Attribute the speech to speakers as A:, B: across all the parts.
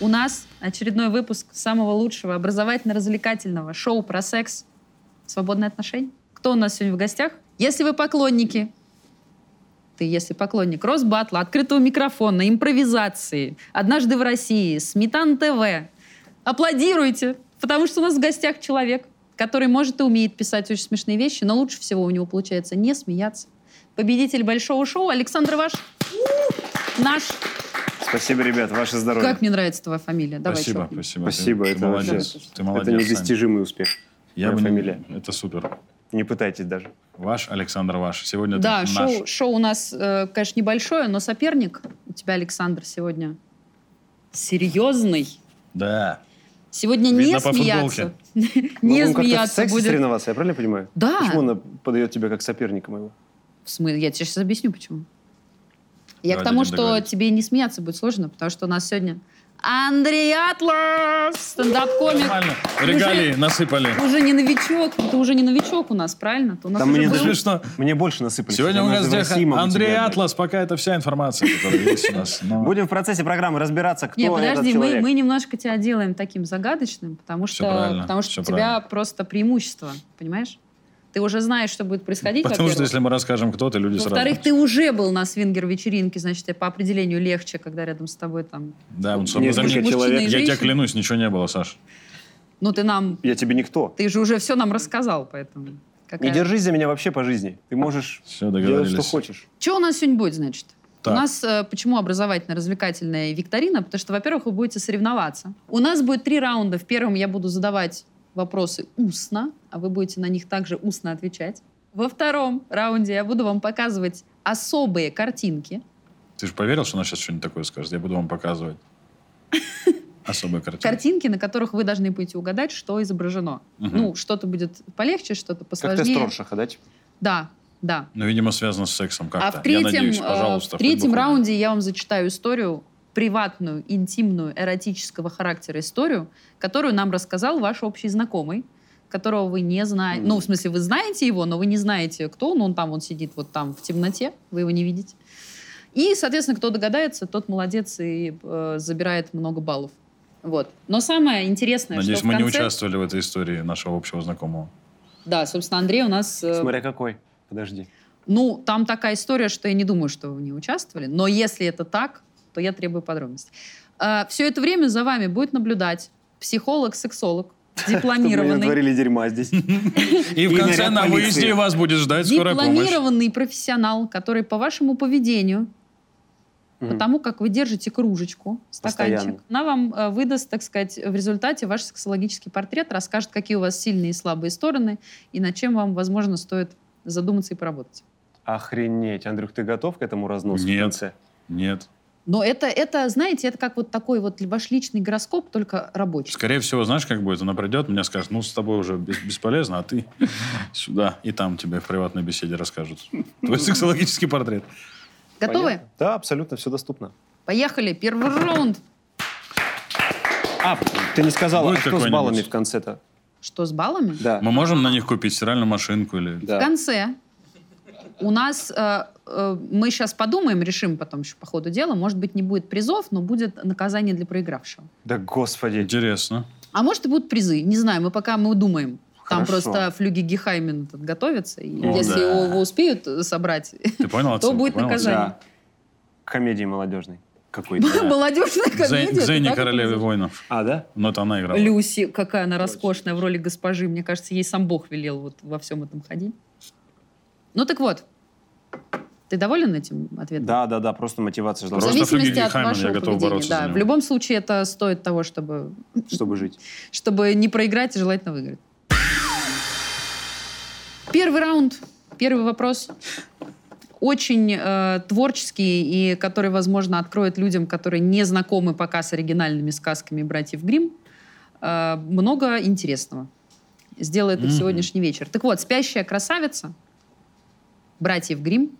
A: У нас очередной выпуск самого лучшего образовательно-развлекательного шоу про секс. Свободные отношения. Кто у нас сегодня в гостях? Если вы поклонники, ты, если поклонник Росбатла, открытого микрофона, импровизации, «Однажды в России», «Сметан ТВ», аплодируйте, потому что у нас в гостях человек, который может и умеет писать очень смешные вещи, но лучше всего у него получается не смеяться. Победитель большого шоу Александр Ваш. Наш.
B: Спасибо, ребят, ваше здоровье.
A: Как мне нравится твоя фамилия. Давай,
C: спасибо,
A: чё?
C: спасибо.
B: Спасибо,
C: ты,
B: это
C: ты молодец.
B: вообще-
C: Ты молодец.
B: это
C: Сань.
B: недостижимый успех.
C: Я
B: моя
C: бы не-
B: фамилия.
C: Это супер.
B: Не пытайтесь даже.
C: Ваш Александр Ваш. Сегодня
A: Да,
C: ты
A: шоу,
C: наш.
A: шоу у нас, э, конечно, небольшое, но соперник у тебя, Александр, сегодня серьезный.
C: Да.
A: Сегодня не
C: Видно по
A: смеяться. Не
B: Ну, он как-то в
A: смеяться
B: сексе
A: будет.
B: соревноваться, я правильно понимаю?
A: Да.
B: Почему она подает тебя как соперника моего?
A: В смысле? Я тебе сейчас объясню, почему. Я
C: Давай
A: к тому,
C: дадим
A: что
C: договорить.
A: тебе и не смеяться будет сложно, потому что у нас сегодня Андрей Атлас, стендап-комик.
C: Нормально. Регалии насыпали.
A: Уже не новичок, ты уже не новичок у нас, правильно? Ты у нас
B: Там
A: уже
B: мне
A: был.
B: даже-
C: Смешно.
B: Мне больше насыпали.
C: Сегодня у
B: Однажды
C: нас
B: в
C: здесь
B: России могу
C: Андрей
B: тебя отдать.
C: Атлас. Пока это вся информация, которая есть у нас. Но
B: Будем в процессе программы разбираться, кто
A: Не,
B: этот
A: подожди, мы,
B: человек.
A: мы немножко тебя делаем таким загадочным, потому
C: Всё
A: что,
C: правильно,
A: потому что
C: всё
A: у тебя
C: правильно.
A: просто преимущество, понимаешь? Ты уже знаешь, что будет происходить,
C: Потому что
A: во-первых.
C: если мы расскажем, кто ты, люди сразу...
A: Во-вторых, ты уже был на свингер-вечеринке, значит, тебе по определению легче, когда рядом с тобой там...
C: Да, он со мной-
B: Несколько
C: Да мне-
A: Мужчина
B: человек.
A: и
C: Я тебя
A: женщина.
C: клянусь, ничего не было, Саш.
A: Ну, ты нам...
B: Я тебе никто.
A: Ты же уже все нам рассказал, поэтому...
B: Не
A: Какая...
B: держись за меня вообще по жизни. Ты можешь
C: Все,
B: делать,
C: договорились.
B: что хочешь.
A: Что у нас сегодня будет, значит?
C: Так.
A: У нас э, почему образовательно-развлекательная викторина? Потому что, во-первых, вы будете соревноваться. У нас будет три раунда. В первом я буду задавать вопросы устно, а вы будете на них также устно отвечать. Во втором раунде я буду вам показывать особые картинки.
C: Ты же поверил, что она сейчас что-нибудь такое скажет? Я буду вам показывать. Особая картина.
A: Картинки, на которых вы должны будете угадать, что изображено.
C: Мгм.
A: Ну, что-то будет полегче, что-то
B: Как тест
A: посложнее.
B: Роршаха, да? типа?
A: Да, да.
C: Ну, видимо, связано с сексом как-то.
A: А в третьем,
C: я надеюсь,
A: э,
C: пожалуйста.
A: в третьем
C: хоть бы хуй.
A: раунде я вам зачитаю историю, приватную, интимную, эротического характера историю, которую нам рассказал ваш общий знакомый, которого вы не знаете.
B: Мгм.
A: Ну, в смысле, вы знаете его, но вы не знаете, кто он. Он там, он сидит вот там в темноте, вы его не видите. И, соответственно, кто догадается, тот молодец и э, забирает много баллов. Вот. Но самое интересное,
C: Надеюсь,
A: что
C: мы
A: в
C: не
A: конце...
C: участвовали в этой истории нашего общего знакомого.
A: Да, собственно, Андрей у нас... э,
B: Смотря какой. Подожди.
A: Ну, там такая история, что я не думаю, что вы в ней участвовали. Но если это так, то я требую подробностей. все это время за вами будет наблюдать психолог-сексолог,
B: Чтобы мы не
A: дипломированный,
B: натворили дерьма здесь.
C: И в
B: И
C: конце
B: наряд
C: на
B: полиции.
C: выезде вас будет ждать скорая помощь.
A: дипломированный профессионал, который по вашему поведению,
B: Мгм.
A: потому как вы держите кружечку, стаканчик,
B: Постоянно.
A: она вам э, выдаст, так сказать, в результате ваш сексологический портрет, расскажет, какие у вас сильные и слабые стороны, и над чем вам, возможно, стоит задуматься и поработать.
B: Охренеть. Андрюх, ты готов к этому разносу? в
C: Нет.
B: конце?
C: Нет.
A: Но это, это, знаете, это как вот такой вот ваш личный гороскоп, только рабочий.
C: Скорее всего, знаешь, как будет? Она придет, мне скажет, ну, с тобой уже бес- бесполезно, а ты сюда. И там тебе в приватной беседе расскажут. Твой сексологический портрет.
A: Готовы?
B: Понятно. Да, абсолютно все доступно.
A: Поехали. Первый раунд.
B: А, ты не сказала, а
C: Будет
B: что с
C: какой-нибудь?
B: баллами в конце-то?
A: Что с баллами?
B: Да.
C: Мы можем на них купить стиральную машинку или...
A: В
B: Да.
A: конце у нас э, э, мы сейчас подумаем, решим потом еще по ходу дела. Может быть, не будет призов, но будет наказание для проигравшего.
B: Да господи.
C: Интересно.
A: А может, и будут призы. Не знаю, мы пока мы думаем. Там
B: Хорошо.
A: просто флюги Гехаймен тут готовятся. И
C: О,
A: если
C: да.
A: его, его успеют собрать,
C: Ты понял
A: то
C: отсылку?
A: будет
C: Понял отсылку?
A: наказание.
B: К комедии молодежной. Какой-то.
A: Молодежная
C: К Зей-
A: комедия.
C: к Зейне
A: это так
C: королеве
A: называется?
C: воинов.
B: А, да?
C: Но это она играла.
A: Люси, какая она роскошная в роли госпожи. Мне кажется, ей сам Бог велел вот во всем этом ходить. Ну так вот, ты доволен этим ответом?
B: Да, да, да, просто мотивация
A: В
B: ждала,
C: Просто
A: зависимости
C: Фрэнки
A: от
C: Гейхаймена,
A: вашего
C: я готов
A: поведения.
C: бороться за
A: Да,
C: него.
A: в любом случае это стоит того, чтобы,
B: чтобы жить.
A: чтобы не проиграть, и желательно выиграть. Первый раунд, первый вопрос. Очень э, творческий и который, возможно, откроет людям, которые не знакомы пока с оригинальными сказками братьев Гримм, э, много интересного. Сделает их
C: Мгм.
A: сегодняшний вечер. Так вот, «Спящая красавица» братьев Гримм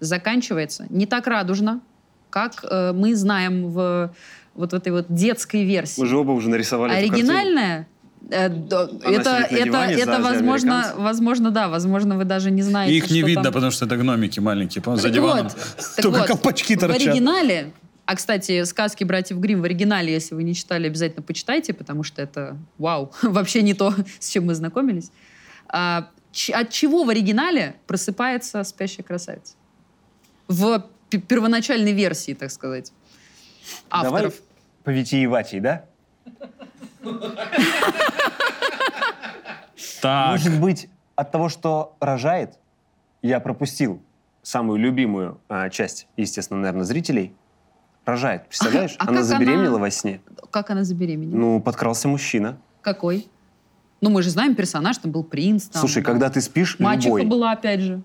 A: заканчивается не так радужно, как э, мы знаем в вот в этой вот детской версии.
B: Мы же оба уже нарисовали эту картину.
A: Оригинальная? Э, да, это,
B: сидит на
A: это,
B: диване
A: это
B: сзади
A: возможно,
B: американца.
A: возможно, да, возможно, вы даже не знаете.
C: И их не
A: что
C: видно,
A: там.
C: потому что это гномики маленькие. по-моему, За
A: Так
C: диваном
A: вот, так
C: только
A: вот,
C: колпачки
A: В
C: торчат.
A: оригинале А, кстати, сказки «Братьев Грим в оригинале, если вы не читали, обязательно почитайте, потому что это, вау, вообще не то, с чем мы знакомились. А, ч- от чего в оригинале просыпается спящая красавица? В п- первоначальной версии, так сказать, авторов.
B: Давай повитиеватей, да?
C: Так,
B: Может быть, от того, что рожает, я пропустил самую любимую а, часть, естественно, наверное, зрителей. Рожает, представляешь?
A: А
B: она
A: как
B: забеременела
A: она-
B: во сне.
A: Как она забеременела?
B: Ну, подкрался мужчина.
A: Какой? Ну, мы же знаем персонаж, там был принц. Там,
B: Слушай,
A: да.
B: когда ты спишь,
A: Мачеха
B: любой.
A: была, опять же.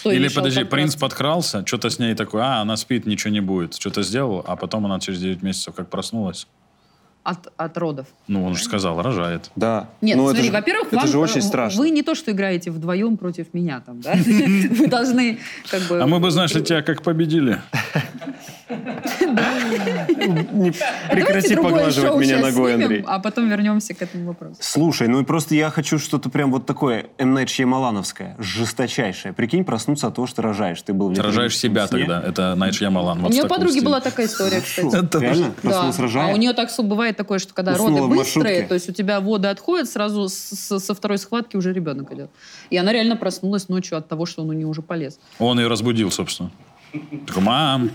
A: Кто
C: Или
A: решал
C: подожди,
A: контракт?
C: принц подкрался, что-то с ней такое, а, она спит, ничего не будет. Что-то сделал, а потом она через 9 месяцев как проснулась.
A: От, от родов.
C: Ну, он же сказал, рожает.
B: Да.
A: Нет,
B: Ну, это
A: смотри,
B: же-
A: во-первых,
B: это
A: вам,
B: же
A: э,
B: очень
A: в-
B: страшно.
A: Вы не то, что играете вдвоем против меня там, да? Вы должны как бы...
C: А мы бы, знаешь, ли, тебя как победили.
B: Не
A: Давайте
B: прекрати
A: другое
B: поглаживать
A: шоу
B: меня
A: сейчас
B: ногой,
A: снимем,
B: Андрей.
A: А потом вернемся к этому вопросу.
B: Слушай, ну и просто я хочу что-то прям вот такое М. Найт Шьямалановское, жесточайшее. Прикинь, проснуться от того, что рожаешь. Ты был в
C: Ты рожаешь себя
B: сне. Ну
C: тогда. Это Найт Ямалан.
A: У меня подруги была такая история,
B: Шо,
A: кстати.
B: Реально?
A: Да.
B: Проснулась, рожая?
A: А у нее так су- бывает такое, что когда
B: Уснула в
A: роды быстрые,
B: маршрутке.
A: то есть у тебя воды отходят, сразу с- с- со второй схватки уже ребенок идет. И она реально проснулась ночью от того, что он у нее уже полез.
C: Он ее разбудил, собственно. Такой, мам,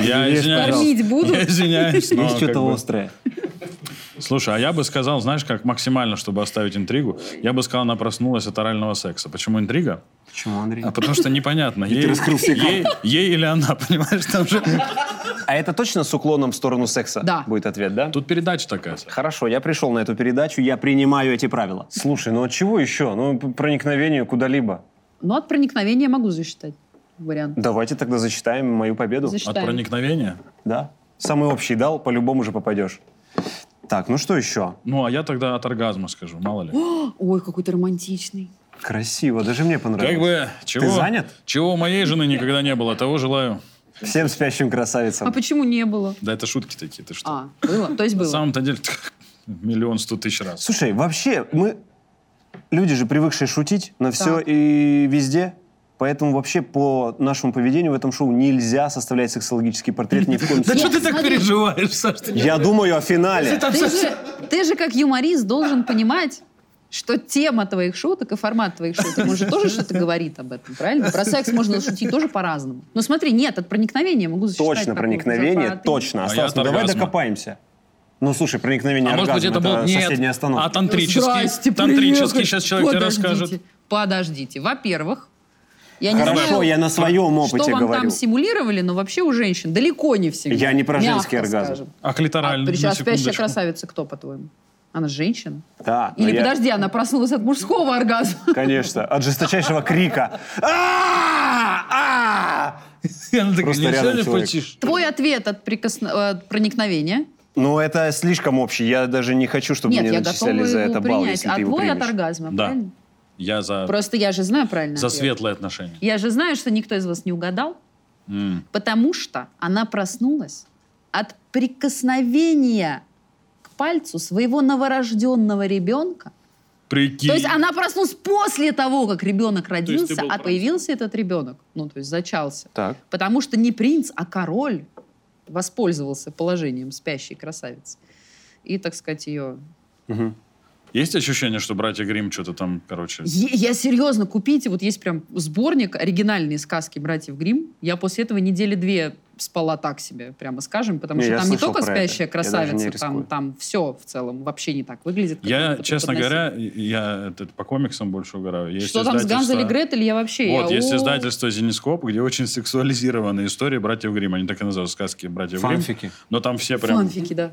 C: я
B: Ешь,
C: извиняюсь.
A: Кормить буду?
C: Я извиняюсь, но
B: Есть
C: Ну, как
B: что-то
C: бы-
B: острое.
C: Слушай, а я бы сказал, знаешь, как максимально, чтобы оставить интригу, я бы сказал, она проснулась от орального секса. Почему интрига?
B: Почему, Андрей?
C: А потому что непонятно, ей,
B: раскрыл все карты.
C: ей, ей или она, понимаешь? Там же...
B: А это точно с уклоном в сторону секса
A: Да.
B: будет ответ, да?
C: Тут передача такая.
B: Хорошо, я пришел на эту передачу, я принимаю эти правила. Слушай, ну от чего еще? Ну, п- проникновению куда-либо.
A: Но от проникновения могу засчитать вариант.
B: Давайте тогда зачитаем мою победу.
A: Защ-
C: От
A: Читаем.
C: проникновения?
B: Да. Самый общий дал, по-любому же попадешь. Так, ну что еще?
C: Ну, а я тогда от оргазма скажу, мало ли.
A: Ой, какой ты романтичный.
B: Красиво, даже мне понравилось.
C: Как бы, чего,
B: занят?
C: чего у моей жены никогда не было, того желаю.
B: Всем спящим красавицам.
A: А почему не было?
C: Да это шутки такие, ты что?
A: А, было? То есть
C: На
A: было.
C: самом-то деле, миллион сто тысяч раз.
B: Слушай, вообще, мы люди же привыкшие шутить на все и везде. Поэтому вообще по нашему поведению в этом шоу нельзя составлять сексологический портрет ни в коем
C: Да
B: случае.
C: что ты так
A: смотри.
C: переживаешь, Саш? ты не-
B: Я думаю о финале.
A: Ты же, ты же как юморист должен понимать, что тема твоих шуток и формат твоих шуток, он же тоже что-то говорит об этом, правильно? Про секс можно шутить тоже по-разному. Но смотри, нет, от проникновения могу засчитать.
B: Точно,
A: такую
B: проникновение,
A: зарплату.
B: точно.
C: А
B: Осталось.
C: я от
B: Ну, давай
C: оргазма.
B: докопаемся. Ну, слушай, проникновение
C: А может быть,
B: оргазм,
C: это был... Нет,
B: соседняя остановка.
C: а тантрический.
A: Здрасте,
C: тантрический
A: привет.
C: сейчас человек тебе
A: Подождите,
C: расскажет.
A: Подождите. Во-первых, я не
B: Хорошо,
A: знаю,
B: я на своем
A: что
B: опыте
A: вам
B: говорю.
A: там симулировали, но вообще у женщин далеко не всегда.
B: Я не про
A: Мягко
B: женский оргазм.
A: скажем.
C: А
A: А,
C: клиторальный,
A: причем
C: на
A: а спящая
C: секундочку.
A: красавица кто, по-твоему? Она женщина?
B: Да, но
A: Или,
B: я-
A: подожди, она проснулась от мужского оргазма.
B: Конечно, от жесточайшего крика. А! А!
C: Она такая,
B: Просто
C: «Нельзя
B: рядом
C: ли
B: человек».
C: потише?»
A: Твой ответ от, прикосно- от проникновения.
B: Ну, это слишком общий. Я даже не хочу, чтобы
A: Нет,
B: мне
A: я готова
B: начисляли
A: его
B: за это балл,
A: принять.
B: если
A: А
B: ты его
A: твой от
B: примешь.
A: оргазма,
C: Да.
A: правильно?
C: Я за,
A: Просто я же знаю правильно.
C: за
A: ответ.
C: светлые отношения.
A: Я же знаю, что никто из вас не угадал,
C: М.
A: потому что она проснулась от прикосновения к пальцу своего новорожденного ребенка.
C: Прикинь.
A: То есть а она проснулась после того, как ребенок
C: ты
A: родился,
C: был
A: а
C: прав.
A: появился этот ребенок. Ну, то есть зачался.
B: Так.
A: Потому что не принц, а король воспользовался положением спящей красавицы. И, так сказать, ее...
B: Мгм.
C: Есть ощущение, что братья Грим что-то там, короче...
A: Е- Я серьезно, купите, вот есть прям сборник оригинальные сказки братьев Грим. Я после этого недели две спала так себе, прямо скажем, потому
B: Не,
A: что
B: я
A: там не
B: слышал
A: только
B: про это.
A: спящая
B: Я даже не
A: красавица, там,
B: рискую.
A: там все в целом вообще не так выглядит. как нам
C: Я,
A: это
C: честно
A: преподносили.
C: говоря, я это по комиксам больше угораю. Есть
A: что там с Ганзой или
C: издательство-
A: Гретель, я вообще...
C: Вот,
A: я,
C: есть
A: о,
C: издательство «Зенископ», где очень сексуализированные истории братьев Гримм. Они так и называют сказки братьев Гримм.
B: Фанфики.
C: Но там все прям...
A: Фанфики, да.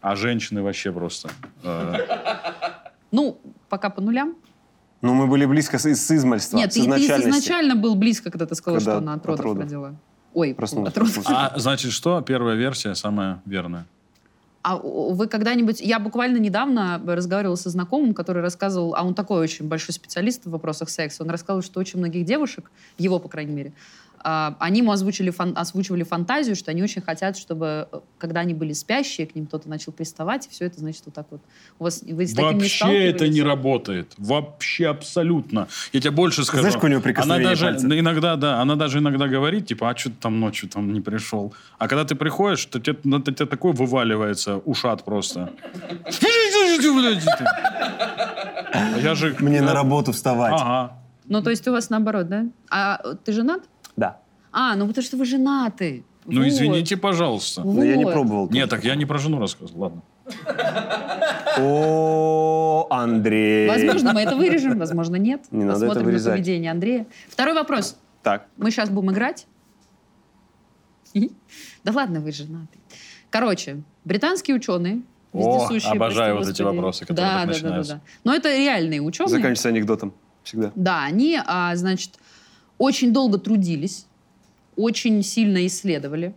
C: А женщины вообще просто. э,
A: Ну, пока по нулям.
B: Ну, мы были близко с, с измальства,
A: Нет,
B: с
A: ты, ты
B: изначальности.
A: изначально был близко, когда ты сказал,
B: Когда
A: что она от
B: от
A: родов,
B: родов.
A: родила. Ой,
B: Проснулась.
A: от родов.
C: А значит что? Первая версия самая верная.
A: А у- вы когда-нибудь... Я буквально недавно разговаривала со знакомым, который рассказывал, а он такой очень большой специалист в вопросах секса, он рассказывал, что очень многих девушек, его, по крайней мере, а, они ему озвучили фан- озвучивали фантазию, что они очень хотят, чтобы э, когда они были спящие, к ним кто-то начал приставать, и все это, значит, вот так вот. У вас вы с таким не
C: Вообще это не
A: сталкивались?
C: работает. Вообще абсолютно. Я тебе больше скажу.
B: Знаешь, какое у него
C: она
B: прикосновение
C: даже
B: пальцев?
C: иногда, да, она даже иногда говорит, типа, а что ты там ночью там не пришел? А когда ты приходишь, то тебе, на тебя такой вываливается ушат просто. Я же...
B: Мне на работу вставать.
C: Ага.
A: Ну, то есть у вас наоборот, да? А э, ты женат?
B: Да.
A: А, ну потому что вы женаты.
C: Ну,
A: Вот.
C: извините, пожалуйста.
B: Но я не
A: Вот.
B: пробовал.
C: Нет, так я не про жену рассказывал. Ладно.
B: О, Андрей.
A: Возможно, мы это вырежем, возможно, нет.
B: Не надо это
A: Посмотрим
B: вырезать.
A: на поведение Андрея. Второй вопрос.
B: Так.
A: Мы сейчас будем играть. Да ладно, вы женаты. Короче, британские ученые,
C: О,
A: вездесущие,
C: обожаю
A: прости
C: вот эти
A: господи.
C: вопросы, которые
A: да,
C: так
A: да,
C: начинаются.
A: Да, да, да. Но это реальные ученые.
B: Заканчивается анекдотом. Всегда.
A: Да, они, а, значит, очень долго трудились, очень сильно исследовали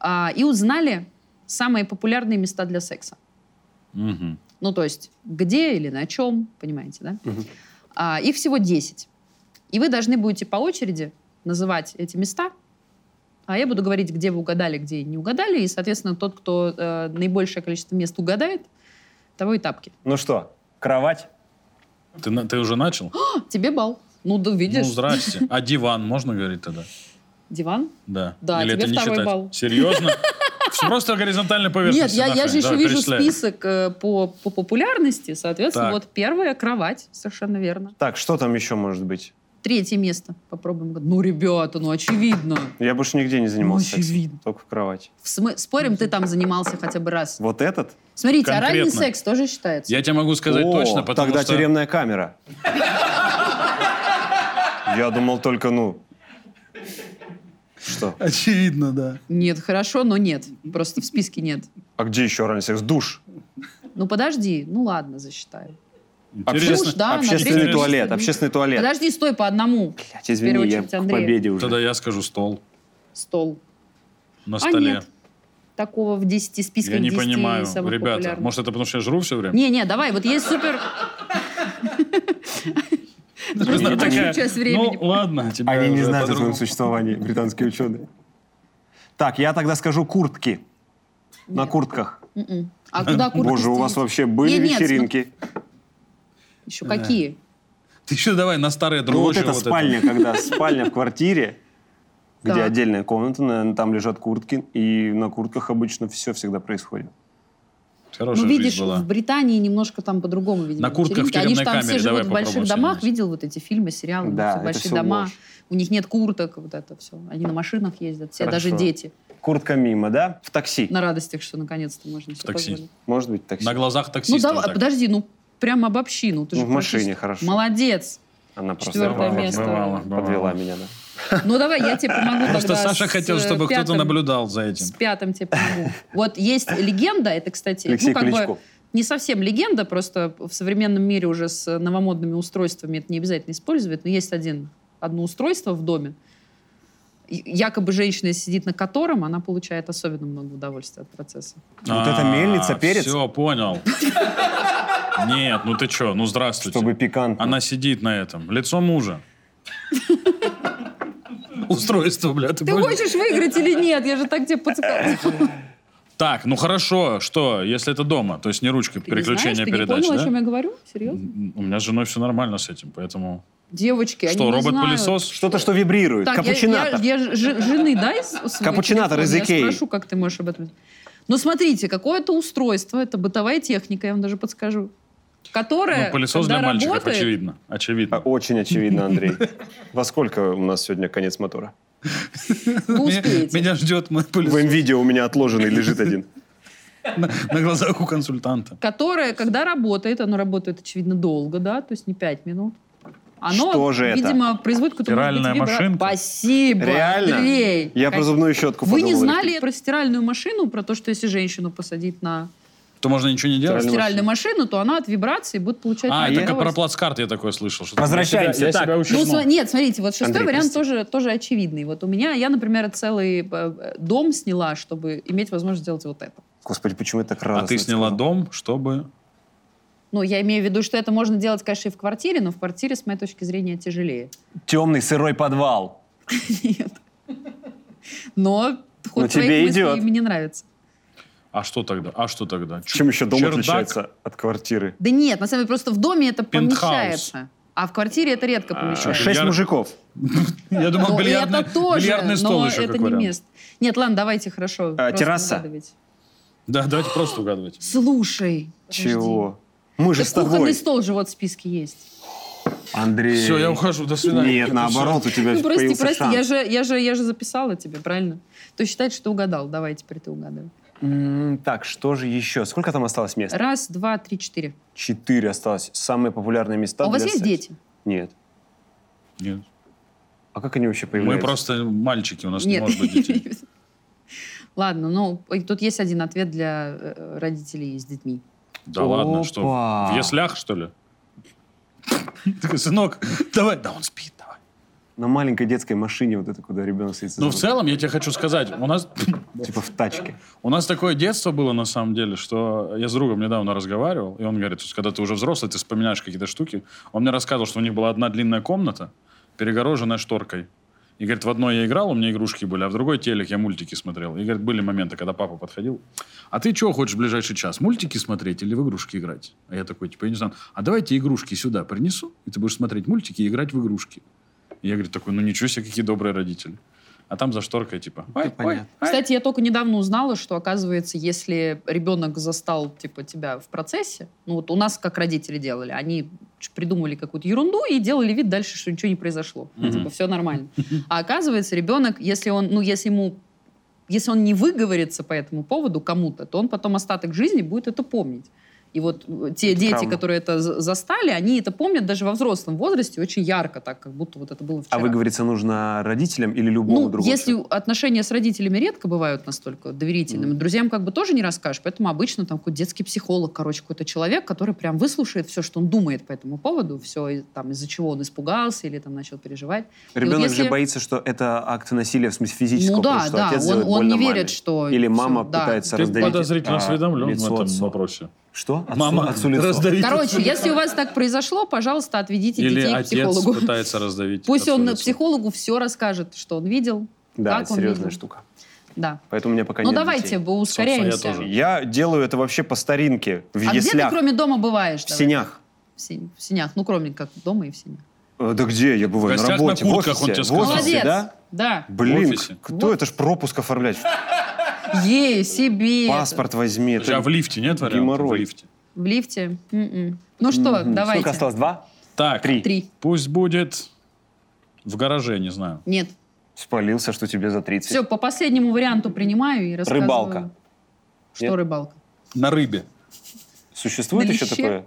A: а, и узнали самые популярные места для секса.
C: Мгм.
A: Ну, то есть, где или на чем, понимаете, да?
B: Мгм.
A: А, их всего 10. И вы должны будете по очереди называть эти места, а я буду говорить, где вы угадали, где не угадали, и, соответственно, тот, кто э, наибольшее количество мест угадает, того и тапки.
B: Ну что, кровать?
C: Ты, на- ты уже начал?
A: А, тебе бал. Ну, да
C: Ну,
A: видишь,
C: здрасте. А диван можно говорить тогда?
A: диван.
C: Да.
A: Да,
C: Или
A: тебе
C: это не
A: второй
C: считать?
A: балл.
C: Серьезно? Всё Просто горизонтальная
A: Нет,
C: поверхность.
A: я, я
C: нахрен.
A: же еще
C: Давай,
A: вижу
C: перечисляй.
A: список э, по, по популярности, соответственно,
C: Так.
A: вот первая кровать, совершенно верно.
B: Так, что там еще может быть?
A: Третье место, попробуем. Ну, ребята, ну очевидно.
B: Я больше нигде не занимался
A: Ну,
B: сексом.
A: очевидно.
B: Только в кровати.
A: В смы- Спорим, ты там занимался хотя бы раз.
B: Вот этот?
A: Смотрите, а оральный
C: Конкретно.
A: секс тоже считается?
C: Я тебе могу сказать
B: О,
C: точно, потому
B: тогда
C: что...
B: тюремная камера. Я думал только, ну... Что?
C: Очевидно, да.
A: Нет, хорошо, но нет. Просто в списке нет.
B: А где еще оральный секс? Душ.
A: Ну подожди, ну ладно, засчитаю.
C: Интересно.
A: Душ, да, на
B: А общественный
C: третьем
B: туалет,
A: месте.
B: общественный туалет.
A: Подожди, стой по одному.
B: Блядь, извини, я
A: очередь,
B: к
A: Андрей.
B: победе уже.
C: Тогда я скажу стол.
A: Стол.
C: На
A: А
C: столе.
A: нет. Такого в 10 списках
C: я не
A: 10
C: понимаю.
A: самых
C: Ребята,
A: популярных.
C: может, это потому что я жру все время?
A: Не-не, давай, вот есть супер...
C: Вы знаете,
A: большую
C: такая,
A: часть времени.
C: Ну, ладно, тебе
B: Они не
C: уже
B: знают о своем
C: по-другому».
B: существовании, британские ученые. Так, я тогда скажу куртки. На куртках.
A: Мгм. А куда куртки
B: Боже, у вас
A: стелить?
B: вообще были
A: Не, нет,
B: вечеринки?
A: Еще какие?
C: Ты еще давай на старые
B: Ну, вот
C: дрожжи.
B: это спальня, когда спальня в квартире, где
A: Так.
B: отдельная комната, на- там лежат куртки, и на куртках обычно все всегда происходит.
C: Хорошая
A: ну, видишь,
C: жизнь была.
A: в Британии немножко там по-другому, видимо,
C: На куртках в
A: вечеринки. Они же
C: тюремной
A: там все
C: камере, давай
A: живут в больших
C: попробуем
A: домах.
C: что-нибудь.
A: Видел вот эти фильмы, сериалы,
B: Да,
A: все
B: это
A: большие
B: всё
A: дома.
B: ложь.
A: У них нет курток, вот это все. Они на машинах ездят, все, даже
B: Хорошо.
A: дети.
B: Куртка мимо, да? В такси.
A: На радостях, что наконец-то можно себе
C: такси.
A: позволить.
B: Может быть, такси.
C: На глазах
A: Ну,
C: таксиста.
A: давай, подожди, ну, прям обобщи. Ну, ты
B: Ну,
A: же
B: в машине,
A: практически-
B: хорошо.
A: Молодец.
B: Она просто
A: Четвёртое
B: бывала,
A: место.
B: бывала,
C: Бывало,
B: подвела
C: бывало.
B: меня, да.
A: Ну, давай, я тебе помогу
C: Просто
A: тогда
C: Саша
A: с,
C: хотел,
A: э,
C: чтобы кто-то
A: пятым-
C: наблюдал за этим.
A: С пятым тебе помогу. Вот есть легенда, это, кстати,
B: Алексей
A: ну, как бы
B: Кличко.
A: не совсем легенда, просто в современном мире уже с новомодными устройствами это не обязательно используют, но есть один, одно устройство в доме, и- якобы женщина сидит на котором, она получает особенно много удовольствия от процесса.
B: Вот это мельница, перец?
C: Все, А, понял. Нет, ну ты че, ну здравствуйте.
B: Чтобы пикантно.
C: Она сидит на этом. Лицо мужа. Устройство, бля, ты
A: Ты
C: понял?
A: хочешь выиграть или нет? Я же так тебе подсказала.
C: Так, ну хорошо, что, если это дома, то есть не ручкой,
A: Ты не знаешь,
C: переключение
A: ты не
C: передач,
A: понял, о
C: да?
A: чем я говорю? Серьезно?
C: М, У меня с женой все нормально с этим, поэтому...
A: Девочки, они
C: что,
A: не знают.
C: робот-пылесос?
B: Что-то, что вибрирует.
A: Так, я-
B: Капучинато.
A: Я, я ж- жены дай с- свой
B: Э, Капучинатор
A: телефон,
B: из Икеи.
A: Я спрошу, как ты можешь об этом... Ну, смотрите, какое-то устройство, это бытовая техника, я вам даже подскажу, которое,
C: Ну, пылесос
A: когда
C: для мальчиков,
A: работает,
C: очевидно.
B: А,
C: Очевидно.
B: Очень очевидно, Андрей. Во сколько у нас сегодня конец мотора?
A: вы
C: Меня-
A: успеете.
C: Меня ждет мой
B: В
C: пылесос
B: М-видео у меня отложенный лежит один.
C: на на глазах у консультанта.
A: Которое, когда работает, оно работает, очевидно, долго, да, то есть не пять минут. Оно,
B: Что же это?
A: видимо, производит какую-то... может быть,
C: Стиральная
A: вибра-
C: машинка?
A: Спасибо,
B: Реально?
A: Андрей.
B: Я про
A: Как-
B: зубную щетку
A: Вы не
B: подумал,
A: знали
B: Алексей.
A: про стиральную машину, про то, что если женщину посадить на
C: То можно ничего не делать?
B: Стиральную
A: стиральную машину, то она от вибрации будет получать...
C: А, это как
A: удовольствие.
C: про плацкарт я такое слышал. что-то.
B: Возвращаемся,
C: Я себя- я
B: так.
C: себя
A: Ну,
C: ущипнул.
A: см- нет, смотрите, вот шестой
B: Андрей,
A: вариант
B: прости.
A: тоже, тоже очевидный. Вот у меня, я, например, целый э, дом сняла, чтобы иметь возможность сделать вот это.
B: Господи, почему я так радостно?
C: А ты сняла
B: сказал?
C: дом, чтобы...
A: Ну, я имею в виду, что это можно делать, конечно, и в квартире, но в квартире, с моей точки зрения, тяжелее.
B: Темный сырой подвал.
A: Нет. Но ход
B: Но
A: твоих
B: тебе
A: мыслей
B: идет.
A: мне нравится.
C: А что тогда? А что тогда? Ч-
D: Чем еще дом
C: чердак?
D: отличается от квартиры?
A: Да нет, на самом деле просто в доме это
C: Пентхаус.
A: помещается. А в квартире это редко
C: А,
A: помещается.
B: Шесть
C: Я-
B: мужиков.
C: Я думал,
A: Но
C: бильярдный,
A: Ну, это тоже,
C: бильярдный стол
A: но
C: еще
A: это
C: как
A: не
C: вариант.
A: место. Нет, ладно, давайте, хорошо. просто
B: А, терраса?
A: угадывайте.
C: Да, давайте просто угадывать.
A: Слушай. подожди.
B: Чего? Мы же
A: Так
B: с
A: кухонный
B: тобой.
A: стол же вот в списке есть.
B: Андрей.
C: Все, я ухожу, до свидания.
B: Нет,
C: Это
B: наоборот, у тебя
A: Ну, прости,
B: появился
A: прости,
B: шанс.
A: я же, я, же, я же записала тебе, правильно? То есть считай, что ты угадал. Давай теперь ты угадывай.
B: М, Так, что же еще? Сколько там осталось мест?
A: Раз, два, три, четыре.
B: Четыре осталось. Самые популярные места
A: А у вас
B: для
A: есть
B: секса.
A: дети?
B: Нет.
C: всё. Нет.
B: А как они вообще
C: Мы
B: появляются?
C: просто мальчики, у нас не может быть детей.
A: Ладно, ну, и тут есть один ответ для э, родителей с детьми.
C: Да ладно, что?
B: Опа.
C: В яслях, что ли? Такой, Сынок, давай. Да он спит, давай.
B: На маленькой детской машине вот это, куда ребенок садится.
C: Ну,
B: за
C: в целом, я тебе хочу сказать, у нас,
B: руль. Типа в тачке.
C: у нас такое детство было, на самом деле, что я с другом недавно разговаривал, и он говорит, «То есть, когда ты уже взрослый, ты вспоминаешь какие-то штуки. Он мне рассказывал, что у них была одна длинная комната, перегороженная шторкой. И, говорит, в одной я играл, у меня игрушки были, а в другой телек я мультики смотрел. И, говорит, были моменты, когда папа подходил, а ты чего хочешь в ближайший час, мультики смотреть или в игрушки играть? А я такой, типа, я не знаю, а давайте игрушки сюда принесу, и ты будешь смотреть мультики и играть в игрушки. И я, говорит, такой, ну ничего себе, какие добрые родители. А там за шторкой, типа, «Ой, ой,
B: понятно.
C: ой».
A: Кстати, я только недавно узнала, что, оказывается, если ребенок застал типа тебя в процессе, ну вот у нас как родители делали, они ч- придумывали какую-то ерунду и делали вид дальше, что ничего не произошло.
C: Мгм.
A: Типа все нормально. А оказывается, ребенок, если он, ну, если ему если он не выговорится по этому поводу кому-то, то он потом остаток жизни будет это помнить. И вот э, те
B: Это
A: дети,
B: травма.
A: которые это за- застали, они это помнят даже во взрослом возрасте очень ярко, так как будто вот это было вчера.
B: А выговориться нужно родителям или любому
A: Ну,
B: другому?
A: если
B: человеку?
A: отношения с родителями редко бывают настолько доверительными, друзьям как бы тоже не расскажешь, поэтому обычно там какой-то детский психолог, короче, какой-то человек, который прям выслушает все, что он думает по этому поводу, все и там из-за чего он испугался или там начал переживать. И вот
B: Ребенок
A: Ну, если-
B: же боится, что это акт насилия, в смысле физического,
A: Ну да,
B: потому что
A: да,
B: отец
A: он,
B: делает
A: он
B: больно
A: не верит,
B: маме.
A: что
B: Или
A: всё,
B: мама
A: да.
B: пытается
C: Ты
B: раздавить
C: подозрительно
B: а,
C: осведомлен в
B: лицо
C: этом
B: отцу.
C: вопросе.
B: Что? Отцу-
C: Мама,
B: отцу лицо.
C: раздавить
A: Короче, если у вас так произошло, пожалуйста, отведите
C: Или
A: детей к
C: отец
A: психологу.
C: пытается раздавить.
A: Пусть
C: отцу
A: он
C: лицо.
A: психологу все расскажет, что он видел.
B: Да,
A: как
B: это
A: он
B: серьезная
A: видел.
B: штука.
A: Да.
B: Поэтому у меня пока
A: Ну
B: нет
A: давайте,
B: детей.
A: бо- ускоряемся.
C: тоже.
B: Я делаю это вообще по старинке, в
A: А где ты,
B: яслях,
A: кроме дома, бываешь?
B: в
A: Давай.
B: сенях.
A: В сень- в сенях. Ну, кроме как дома и в сенях.
B: Э, Да где я бываю?
C: В
B: На
C: гостях на
B: работе, в
C: куртках, он
B: офисе.
C: тебе
B: В
C: сказал.
B: офисе,
A: Молодец.
B: да?
A: Да.
C: В
B: Блин,
C: офисе.
B: кто это ж пропуск оформлять?
A: Ей, себе.
B: Паспорт возьми. это
C: Подожди, А в лифте нет вариантов?
B: геморрой.
C: В лифте.
A: В лифте. М-м. Ну что,
B: Мгм.
A: давайте.
B: Сколько осталось? Два?
C: Так,
B: Три.
A: Три.
C: пусть будет в гараже, не знаю.
A: Нет.
B: Спалился, что тебе за 30.
A: Все, по последнему варианту принимаю и рассказываю.
B: Рыбалка.
A: Что
B: Нет?
A: рыбалка?
C: На рыбе.
B: Существует
A: На
B: еще
A: леще?
B: такое?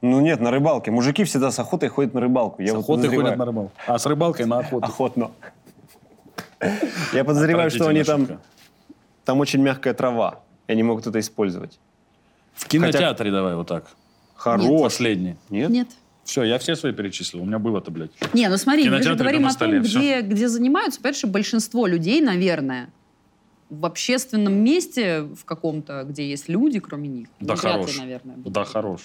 B: Ну нет, на рыбалке. Мужики всегда с охотой ходят на рыбалку. Я
C: с
B: вот
C: охотой
B: подозреваю.
C: ходят на рыбалку. А с рыбалкой на охоту.
B: Охотно. Я подозреваю, что они
C: Отвратительная
B: там...
C: шутка.
B: Там очень мягкая трава. И они могут это использовать.
C: В кинотеатре давай вот так.
B: Хорош.
C: Последний.
B: Нет?
A: Нет.
C: Все, я все свои перечислил. У меня было-то, блядь.
A: Не, ну смотри, мы же
C: Кинотеатр
A: говорим
C: на
A: о
C: столе,
A: том, где, где занимаются. Понимаешь, что большинство людей, наверное, в общественном месте в каком-то, где есть люди, кроме них.
C: Да,
A: Ну, вряд ли,
C: хорош.
A: наверное. будут.
C: Да, хорош.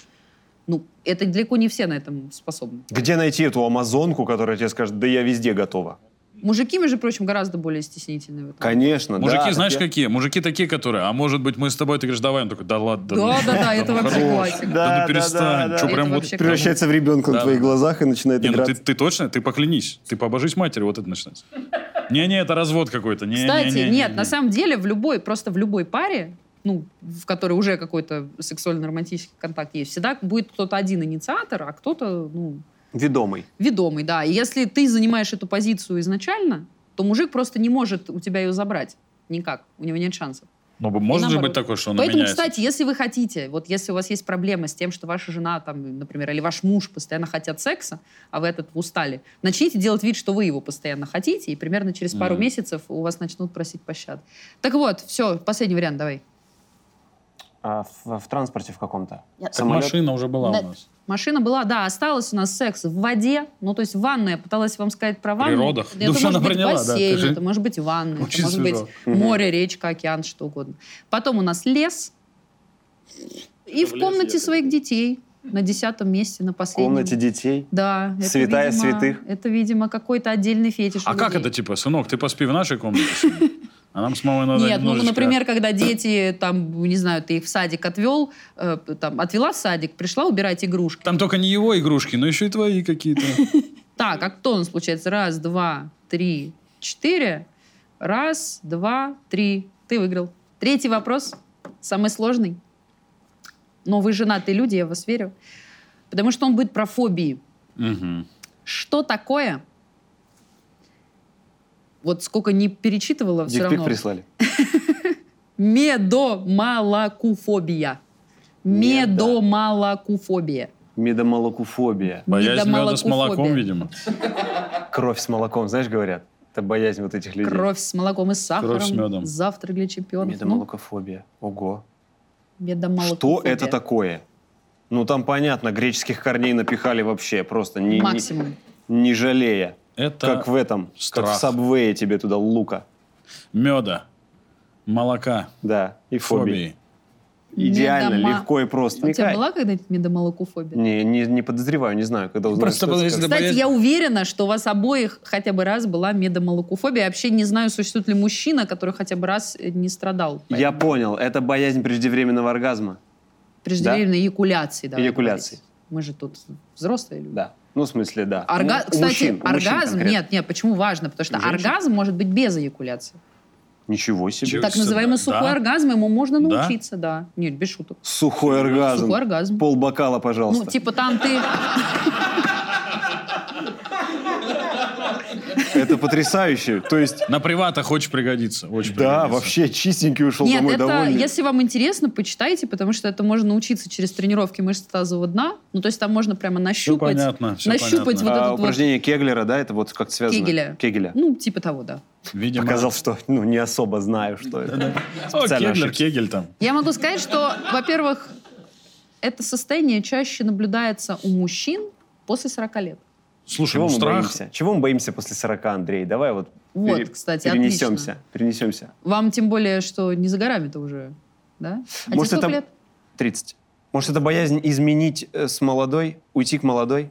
A: Ну, это далеко не все на этом способны.
B: Где найти эту амазонку, которая тебе скажет, да я везде готова?
A: Мужики, между прочим, гораздо более стеснительны в этом.
B: Конечно, да.
C: Мужики,
B: так
C: знаешь,
B: я-
C: какие? Мужики такие, которые, а может быть, мы с тобой, ты говоришь, давай. Он такой, да ладно.
A: Да, да, да,
C: ну,
A: это вообще
C: хорош.
A: классика.
C: Да,
B: Да,
C: ну
B: да,
C: перестань.
B: да,
C: Чё,
A: да.
C: прям
A: Это
C: вот
A: вообще
B: Превращается в ребенка на
C: Да.
B: твоих глазах и начинает
C: Не, ну ты,
B: играться.
C: ты точно, ты поклянись. Ты побожись матери, вот это начинается. Не-не, это развод какой-то. Не,
A: Кстати,
C: не, не, не,
A: нет,
C: не.
A: на самом деле в любой, просто в любой паре, ну, в которой уже какой-то сексуально-романтический контакт есть, всегда будет кто-то один инициатор, а кто-то, ну,
B: Ведомый.
A: ведомый, да. И если ты занимаешь эту позицию изначально, то мужик просто не может у тебя ее забрать. Никак. У него нет шансов.
C: Ну, может же
A: наоборот.
C: быть такое, что он
A: Поэтому,
C: меняется.
A: кстати, если вы хотите, вот если у вас есть проблемы с тем, что ваша жена, там, например, или ваш муж постоянно хотят секса, а вы этот устали, начните делать вид, что вы его постоянно хотите, и примерно через пару
C: Мгм.
A: месяцев у вас начнут просить пощады. Так вот, все, последний вариант, давай.
B: А в, в транспорте в каком-то?
A: Нет.
C: Так
B: Самолет?
C: машина уже была
A: Да.
C: у нас.
A: Машина была, да, осталось у нас секс в воде, ну то есть в ванной, я пыталась вам сказать про ванну.
C: родах.
A: Это
C: Душа
A: может быть
C: напроняла, да,
A: бассейн,
C: скажи.
A: это может быть ванна, это
C: Очень
A: может
C: свежо.
A: быть море, речка, океан, что угодно. Потом у нас лес и
C: Это
A: в
C: в лес
A: комнате
C: ехать.
A: своих детей. на десятом месте, на
B: В
A: последнем.
B: комнате детей.
A: Да. это,
B: Святая
A: видимо,
B: святых.
A: Это, видимо, какой-то отдельный фетиш. Ну, у
C: А как
A: людей.
C: это, типа, сынок, ты поспи в нашей комнате, сегодня, а нам с мамой надо
A: Нет, ну,
C: немножечко-
A: например, когда дети, там, не знаю, ты их в садик отвел, э, там, отвела в садик, пришла убирать игрушки.
C: Там только не его игрушки, но еще и твои какие-то.
A: Так, а кто у нас получается? Раз, два, три, четыре. Раз, два, три. Ты выиграл. Третий вопрос, самый сложный. Но вы женатые люди, я в вас верю. Потому что он будет про фобии.
C: Мгм.
A: Что такое? Вот сколько не перечитывала, все
B: Дикпик
A: равно.
B: прислали.
A: Медомалакуфобия.
B: Меда.
A: Медомалакуфобия.
B: Медомолокофобия.
C: Боязнь меда с
A: Медомолокофобия.
C: молоком, видимо.
B: Кровь с молоком, знаешь, говорят. Это боязнь вот этих людей.
A: Кровь с молоком и сахаром.
C: Кровь с медом.
A: Завтрак для чемпионов. Ну,
B: Медомолокофобия. Ого. Что
A: медомалакуфобия.
B: это такое? Ну там понятно, греческих корней напихали вообще, просто не, не,
A: Максимум.
B: не жалея.
C: Это
B: Как в этом, как в
C: страх.
B: сабвее тебе туда лука.
C: меда, молока,
B: Да, и фобии.
C: фобии.
B: Идеально,
A: Медома-
B: легко и просто.
A: У тебя
B: Никак.
A: была когда-нибудь медомалакуфобия?
B: Не, не, не подозреваю, не знаю, когда узнаю. что
C: Просто
B: это,
C: потому,
B: скажу.
C: что-
A: Кстати,
C: боязнь-
A: я уверена, что у вас обоих хотя бы раз была медомалакуфобия. Я вообще не знаю, существует ли мужчина, который хотя бы раз э, не страдал.
B: Я понял, это боязнь преждевременного оргазма.
A: Преждевременной эякуляции. давай
B: Эякуляции.
A: говорить. Мы же тут взрослые люди.
B: Да. Ну, в смысле, да.
A: Орга-
B: Ну, у
A: Кстати,
B: мужчин, у мужчин
A: оргазм...
B: конкретно.
A: нет, нет, почему важно? Потому что
B: У женщин?
A: оргазм может быть без эякуляции.
B: Ничего себе.
C: Чего?
A: так называемый
C: Э, да.
A: сухой оргазм, ему можно
C: Да?
A: научиться, да. Нет, без шуток.
B: Сухой оргазм.
A: Сухой оргазм.
B: Пол бокала, пожалуйста.
A: Ну, типа там ты...
B: Это потрясающе. То есть,
C: На приватах очень пригодится. Очень
B: да,
C: пригодится.
B: вообще чистенький ушел
A: Нет,
B: домой
A: это,
B: довольный.
A: если вам интересно, почитайте, потому что это можно научиться через тренировки мышц тазового дна. Ну, то есть там можно прямо нащупать...
C: понятно, всё
A: нащупать
C: понятно.
A: вот
B: А,
A: этот вот...
B: упражнение Кеглера, да, это вот как связано?
A: Кегеля.
B: Кегеля.
A: Ну, типа того, да.
C: Видимо.
B: Показал, что ну, не особо знаю, что это.
C: О,
B: специально
C: Кеглер,
B: ошибся.
C: Кегель там.
A: Я могу сказать, что, во-первых, это состояние чаще наблюдается у мужчин после 40 лет.
C: Слушай,
B: Чего
C: ну
B: мы
C: страх.
B: боимся? Чего мы боимся после 40, Андрей? Давай вот,
A: Вот,
B: пере-
A: кстати, отлично.
B: перенесемся.
A: А
B: Перенесемся.
A: Вам тем более, что не за горами-то уже, да? А тебе
B: Может,
A: сколько
B: это-
A: лет?
B: 30. Может, это боязнь изменить э, с молодой, уйти к молодой?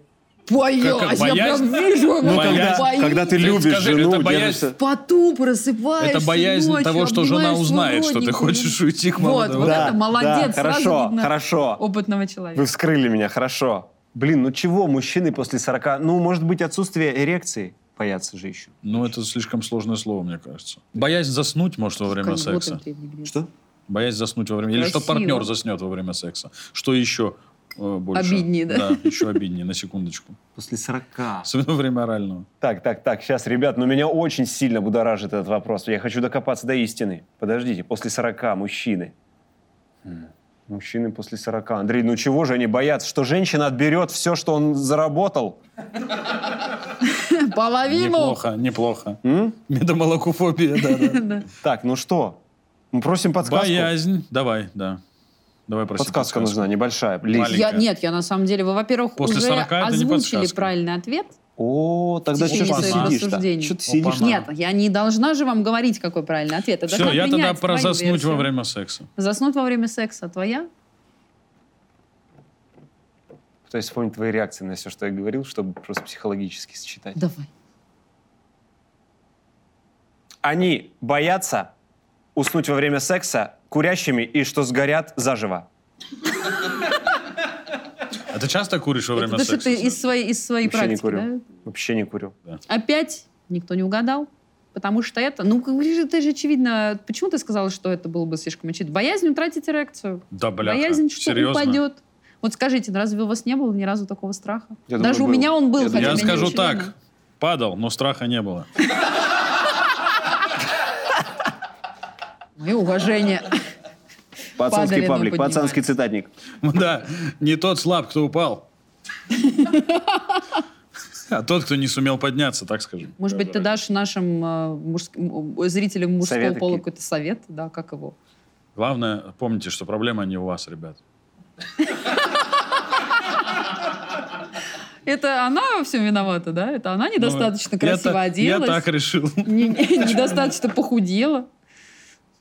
A: Боясь,
C: Как- как
A: я
C: боязнь?
A: прям вижу,
C: Ну,
A: вот
C: когда-
A: боится.
B: когда ты
C: Ты
B: любишь
C: скажи,
B: жену,
C: это боязнь-
B: держишься-
A: Поту просыпаешься
C: Это боязнь
A: ночью,
C: того, что жена
A: обнимаешь
C: узнает, что ты
A: свою
C: хочешь уйти к
A: Вот,
C: молодому.
A: вот это молодец,
B: да,
A: сразу
B: хорошо,
A: видно.
B: хорошо.
A: опытного
B: Вы
A: человека.
B: вскрыли меня, хорошо. Блин, ну чего мужчины после 40? Ну, может быть, отсутствие эрекции боятся же еще.
C: Ну, это слишком сложное слово, мне кажется. Боязнь заснуть, может, во время
A: Как- вот
C: секса.
A: он древний грех.
B: Что?
C: Боясь заснуть во время... Или что
A: Красиво.
C: партнер заснет во время секса. Что еще э, больше?
A: Обиднее, да?
C: Да, еще обиднее, на секундочку.
B: После 40.
C: Особенно во время орального.
B: Так, так, так, сейчас, ребят, ну меня очень сильно будоражит этот вопрос. Я хочу докопаться до истины. Подождите, после 40 мужчины. М, Мужчины после 40. Андрей, ну чего же они боятся? Что женщина отберет все, что он заработал?
A: Половину!
C: Неплохо, неплохо.
B: М?
C: Медомолокофобия, да-да.
A: Да.
B: Так, ну что? Мы просим подсказку.
C: Боязнь. Давай, да. Давай, проси
B: Подсказка
C: подсказку.
B: нужна, небольшая. Лиз.
C: Маленькая.
A: Я, нет, я на самом деле, вы, во-первых,
C: После
A: уже
C: 40 это не
A: озвучили
C: подсказка.
A: правильный ответ.
B: О, тогда
A: В
C: Типа
A: течение
B: что ты
C: своих
B: сидишь-то?
A: рассуждений.
B: Чё ты
C: Опа.
B: сидишь?
A: Нет, я не должна же вам говорить, какой правильный ответ. Я
C: Все,
A: должна
C: я тогда
A: принять
C: про
A: твою
C: заснуть во
A: версию.
C: время секса.
A: Заснуть во время секса твоя?
B: То есть вспомнить твои реакции на все, что я говорил, чтобы просто психологически считать.
A: Давай.
B: Они боятся уснуть во время секса курящими и что сгорят заживо.
C: А ты часто куришь во время
A: Это что
C: секса?
A: ты из своей, из своей
B: Вообще не
A: практики,
B: курю.
A: да?
B: Вообще не курю.
A: Опять никто не угадал, потому что это... Ну, как же- это же очевидно. Почему ты сказала, что это было бы слишком очевидно? Боязнь утратить эрекцию.
C: Да, бляха.
A: Боязнь, что
C: Серьезно?
A: упадет. Вот скажите, ну разве у вас не было ни разу такого страха?
B: Я думаю,
A: Даже у
B: был.
A: меня он был,
B: Я
A: хотя
C: Я
A: не
C: скажу
A: очевидно.
C: так. Падал, но страха не было.
A: Мое уважение. Падали,
B: Пацанский
A: но
B: паблик,
A: поднимались.
B: пацанский цитатник.
C: Ну Да, не тот слаб, кто упал. А тот, кто не сумел подняться, так скажем.
A: Может быть, ты дашь нашим э, мужским- э, зрителям мужского
B: Советы
A: пола
B: какие?
A: какой-то совет, да, как его?
C: Главное, помните, что проблема не у вас, ребят.
A: Это она во всем виновата, да? Это она недостаточно
C: Ну, я
A: красиво
C: та-
A: оделась.
C: Я так решил.
A: Не- не- недостаточно похудела.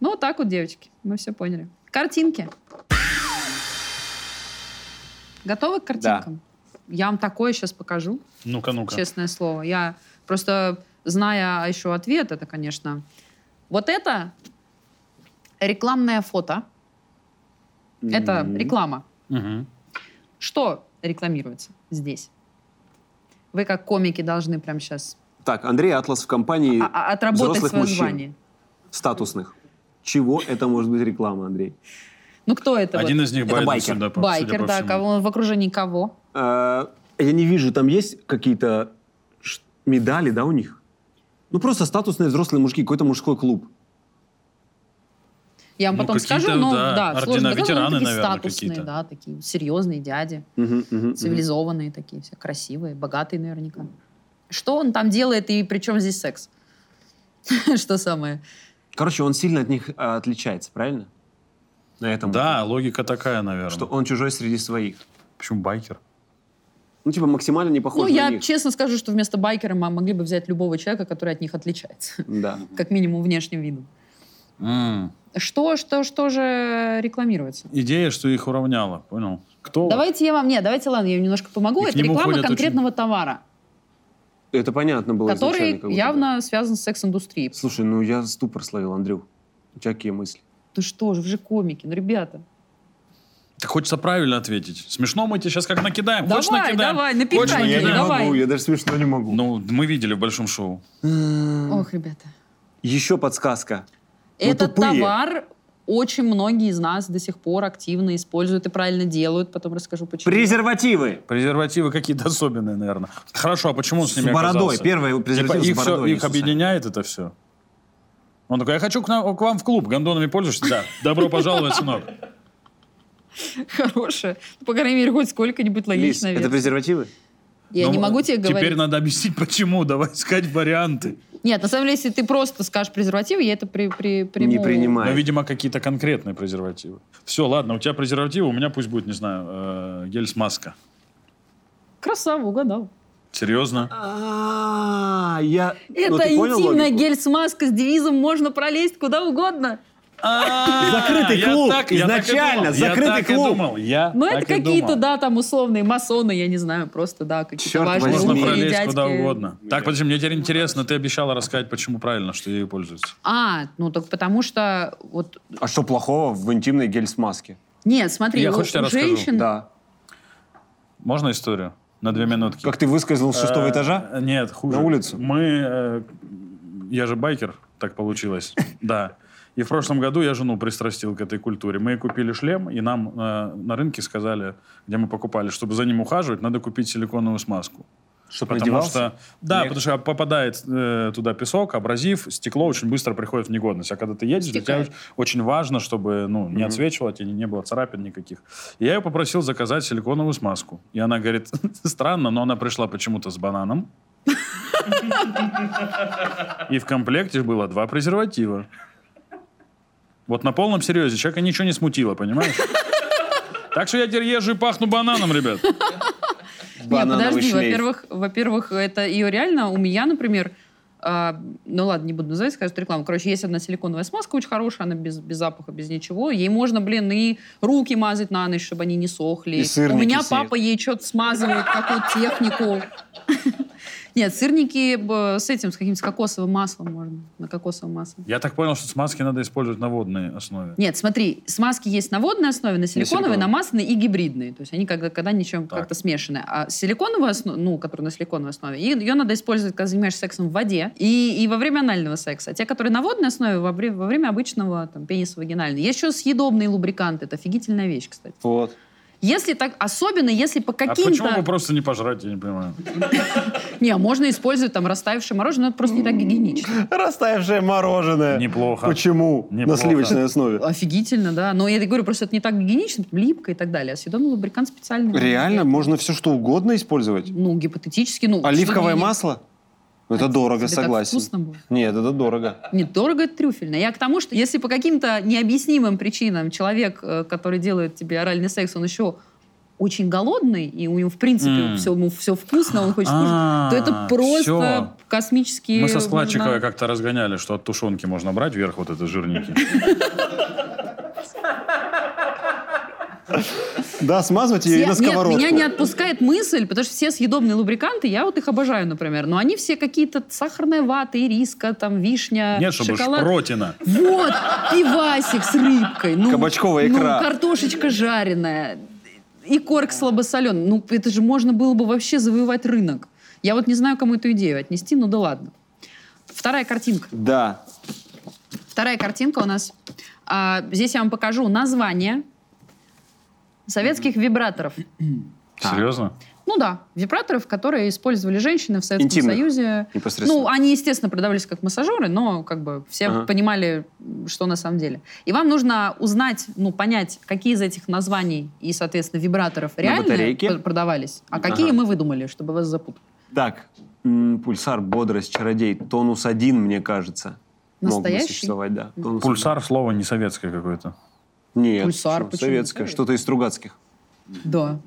A: Ну, вот так вот, девочки, мы все поняли. Картинки. Готовы к картинкам? Я вам такое сейчас покажу,
C: Ну-ка, ну-ка.
A: честное слово. Я просто, зная еще ответ, это, конечно... Вот это рекламное фото. Это
B: Мгм.
A: реклама.
C: Мгм.
A: Что рекламируется здесь? Вы как комики должны прямо сейчас
B: Так, Андрей Атлас в компании
A: а- а- отработать
B: взрослых
A: свое
B: мужчин.
A: звание.
B: статусных. Чего это может быть реклама, Андрей?
A: Ну кто это?
C: Один из них
B: Это
C: Байден,
B: байкер.
C: судя по-
A: вот? Байкер,
C: судя по
A: да,
C: всему.
A: кого, он в окружении кого?
B: А, я не вижу, там есть какие-то ш- медали, да, у них? Ну, просто статусные взрослые мужики, какой-то мужской клуб.
A: Я вам
C: Ну,
A: потом
C: какие-то,
A: скажу, но
C: да,
A: да,
C: ордена
A: сложно. доказать, но они
C: ветераны,
A: такие
C: наверное,
A: статусные,
C: какие-то.
A: да, такие серьезные дяди,
B: Мгм, мгм, мгм.
A: цивилизованные такие все, красивые, богатые наверняка. Что он там делает и при чем здесь секс? Что самое?
B: Короче, он сильно от них а, отличается, правильно? На этом.
C: Да, логика такая, наверное.
B: Что он чужой среди своих.
C: Почему байкер?
B: Ну, типа, максимально не
A: Ну,
B: похож на
A: я
B: них.
A: честно скажу, что вместо байкера мы могли бы взять любого человека, который от них отличается.
B: Да.
A: Как минимум внешним видом.
C: М.
A: Что, что, что же рекламируется?
C: Идея, что их уравняла, понял? Кто?
A: Давайте я вам... Нет, давайте, ладно, я вам немножко помогу.
C: И к
A: Это
C: нему
A: реклама
C: ходят очень-
A: конкретного товара,
B: Это понятно было изначально,
A: который
B: как будто бы.
A: явно связан с секс-индустрией.
B: Слушай, ну я ступор словил, Андрю. У тебя какие мысли?
A: Ну что же, вы же комики, ну, ребята.
C: Так хочется правильно ответить. Смешно мы тебе сейчас как накидаем. Хочешь
A: давай,
C: накидаем?
A: давай, напихай
C: Хочешь,
A: мне,
C: я не
A: Ну, давай.
B: я даже смешно не могу.
C: Ну, мы видели в большом шоу.
A: Ох, ребята.
B: Еще Э, подсказка. Ну,
A: Этот
B: тупые.
A: товар очень многие из нас до сих пор активно используют и правильно делают. Потом расскажу, почему.
B: Презервативы.
C: Презервативы какие-то особенные, наверное. Хорошо, а почему он с
B: С
C: ними
B: бородой.
C: оказался?
B: Первый
C: Типа,
B: презерватив
C: их,
B: с
C: всё-
B: бородой.
C: их объединяет это все. Он такой, я хочу к, нам- к вам в клуб, гондонами пользуешься? Да. Добро пожаловать, сынок.
A: Хорошее. Ну, по крайней мере, хоть сколько-нибудь
B: Лиз,
A: логично.
B: это
A: верно.
B: презервативы?
A: Я
C: Ну,
A: не могу тебе
C: Теперь
A: говорить.
C: надо объяснить, почему. Давай искать варианты.
A: Нет, на самом деле, если ты просто скажешь презерватив, я это при, при, приму.
B: Не
C: Но,
B: принимаю.
C: видимо, какие-то конкретные презервативы. Все, ладно, у тебя презервативы, у меня пусть будет, не знаю, э, гель-смазка.
A: Красава, угадал.
C: Серьезно?
B: А, я...
A: Это
B: ну, ты понял
A: интимная
B: логику?
A: гель-смазка с девизом «Можно пролезть куда угодно».
C: Закрытый
B: клуб, изначально, закрытый клуб.
C: Я
A: Но
C: так
A: Ну, это
C: и
A: какие-то,
C: думал.
A: да, там условные масоны, я не знаю, просто, да, какие-то
B: Чёрт
A: важные
B: возьми.
C: Можно
A: умные
C: пролезть
A: дядьки.
C: куда угодно. Так, подожди, мне теперь интересно, ты обещала рассказать, почему правильно, что ею пользуются.
A: А, ну так потому что вот...
B: А что плохого в интимной гель-смазке?
A: Нет, смотри,
C: Я
A: у,
C: хоть тебе
A: у
C: расскажу.
A: женщин...
B: Да.
C: Можно историю? На две минутки.
B: Как ты выскользнул с шестого
C: Э,
B: этажа?
C: Нет, хуже.
B: На улицу?
C: Мы... э, Я же байкер, так получилось. Да. И в прошлом году я жену пристрастил к этой культуре. Мы ей купили шлем, и нам э, на рынке сказали, где мы покупали, чтобы за ним ухаживать, надо купить силиконовую смазку.
B: Чтоб
C: Потому
B: надевался?
C: что, да,
B: Нет.
C: потому что попадает э, туда песок, абразив, стекло очень быстро приходит в негодность. А когда ты едешь, для тебя
A: Стекает.
C: оч- очень важно, чтобы ну, не отсвечивать и не, не было царапин никаких. И я ее попросил заказать силиконовую смазку. И она говорит, странно, но она пришла почему-то с бананом. И в комплекте было два презерватива. Вот на полном серьезе. Человека ничего не смутило, понимаешь? Так что я теперь езжу и пахну бананом, ребят.
A: Нет,
B: Банановый
A: подожди,
B: шлейф.
A: во-первых, во-первых, это ее реально, у меня, например, а, ну ладно, не буду называть, скажу что рекламу. Короче, есть одна силиконовая смазка очень хорошая, она без, без запаха, без ничего. Ей можно, блин, и руки мазать на ночь, чтобы они не сохли.
B: И
A: у
B: сырники
A: меня
B: сеять.
A: папа ей что-то смазывает, какую-то технику. Нет, сырники б, с этим, с каким-то с кокосовым маслом можно, на кокосовом масле.
C: Я так понял, что смазки надо использовать на водной основе.
A: Нет, смотри, смазки есть на водной основе, на силиконовой,
B: силиконовой.
A: на масляной и гибридные. То есть они когда, когда ничем
C: Так.
A: как-то смешаны. А силиконовая основа, ну, которая на силиконовой основе, и- ее надо использовать, когда занимаешься сексом в воде и, и во время анального секса. А те, которые на водной основе, во, вре- во время обычного там, пениса вагинального. Есть еще съедобные лубриканты. Это офигительная вещь, кстати.
B: Вот.
A: Если так, особенно если по
C: А почему
A: каким-то...
C: бы просто не пожрать, я не понимаю.
A: не, а можно использовать там растаявшее мороженое, но это просто не так гигиенично.
B: Растаявшее мороженое.
C: Неплохо.
B: Почему?
C: Неплохо.
B: На сливочной основе.
A: Офигительно, да. Но я говорю, просто это не так гигиенично, липко и так далее. А съедобный лубрикант специальный.
B: Реально, можно все что угодно использовать.
A: Ну, гипотетически, ну...
B: Оливковое
A: что не-
B: масло? Это дорого,
A: Тебе так вкусно
B: согласен.
A: было?
B: Нет, это дорого.
A: Нет, дорого это трюфельно. Я к тому, что если по каким-то необъяснимым причинам человек, э, который делает тебе оральный секс, он еще очень голодный, и у него, в принципе,
C: М.
A: все, ему все вкусно, он хочет кушать, то это
C: А,
A: просто
C: всё.
A: космические...
C: Мы со Складчиковой
A: можно-
C: как-то разгоняли, что от тушенки можно брать вверх вот это жирники.
B: Да, смазывать ее и
A: Я-
B: на
A: нет,
B: сковородку.
A: меня не отпускает мысль, потому что все съедобные лубриканты, я вот их обожаю, например, но они все какие-то сахарная вата, ириска, там, вишня,
C: Нет, чтобы
A: шоколад.
C: шпротина.
A: Вот, пивасик с рыбкой. Ну,
B: Кабачковая икра.
A: Ну, картошечка жареная. И корк слабосоленый. Ну, это же можно было бы вообще завоевать рынок. Я вот не знаю, кому эту идею отнести, ну да ладно. Вторая картинка.
B: Да.
A: Вторая картинка у нас. А, здесь я вам покажу название советских вибраторов. Так.
C: Серьезно?
A: Ну да, вибраторов, которые использовали женщины в Советском
B: Интимных.
A: Союзе.
B: Непосредственно.
A: Ну, они, естественно, продавались как массажеры, но как бы все
B: Ага.
A: понимали, что на самом деле. И вам нужно узнать, ну, понять, какие из этих названий и, соответственно, вибраторов реально
B: батарейке?
A: п- продавались, а какие
B: Ага.
A: мы выдумали, чтобы вас запутать.
B: Так. М, Пульсар, бодрость, чародей. Тонус один, мне кажется. Мог бы
A: Настоящий?
B: существовать, да. Тонус
C: Пульсар слово не советское какое-то.
B: один. Нет.
A: Пульсар,
B: почему?
A: почему?
B: Советское. Что-то из Стругацких.
A: Да.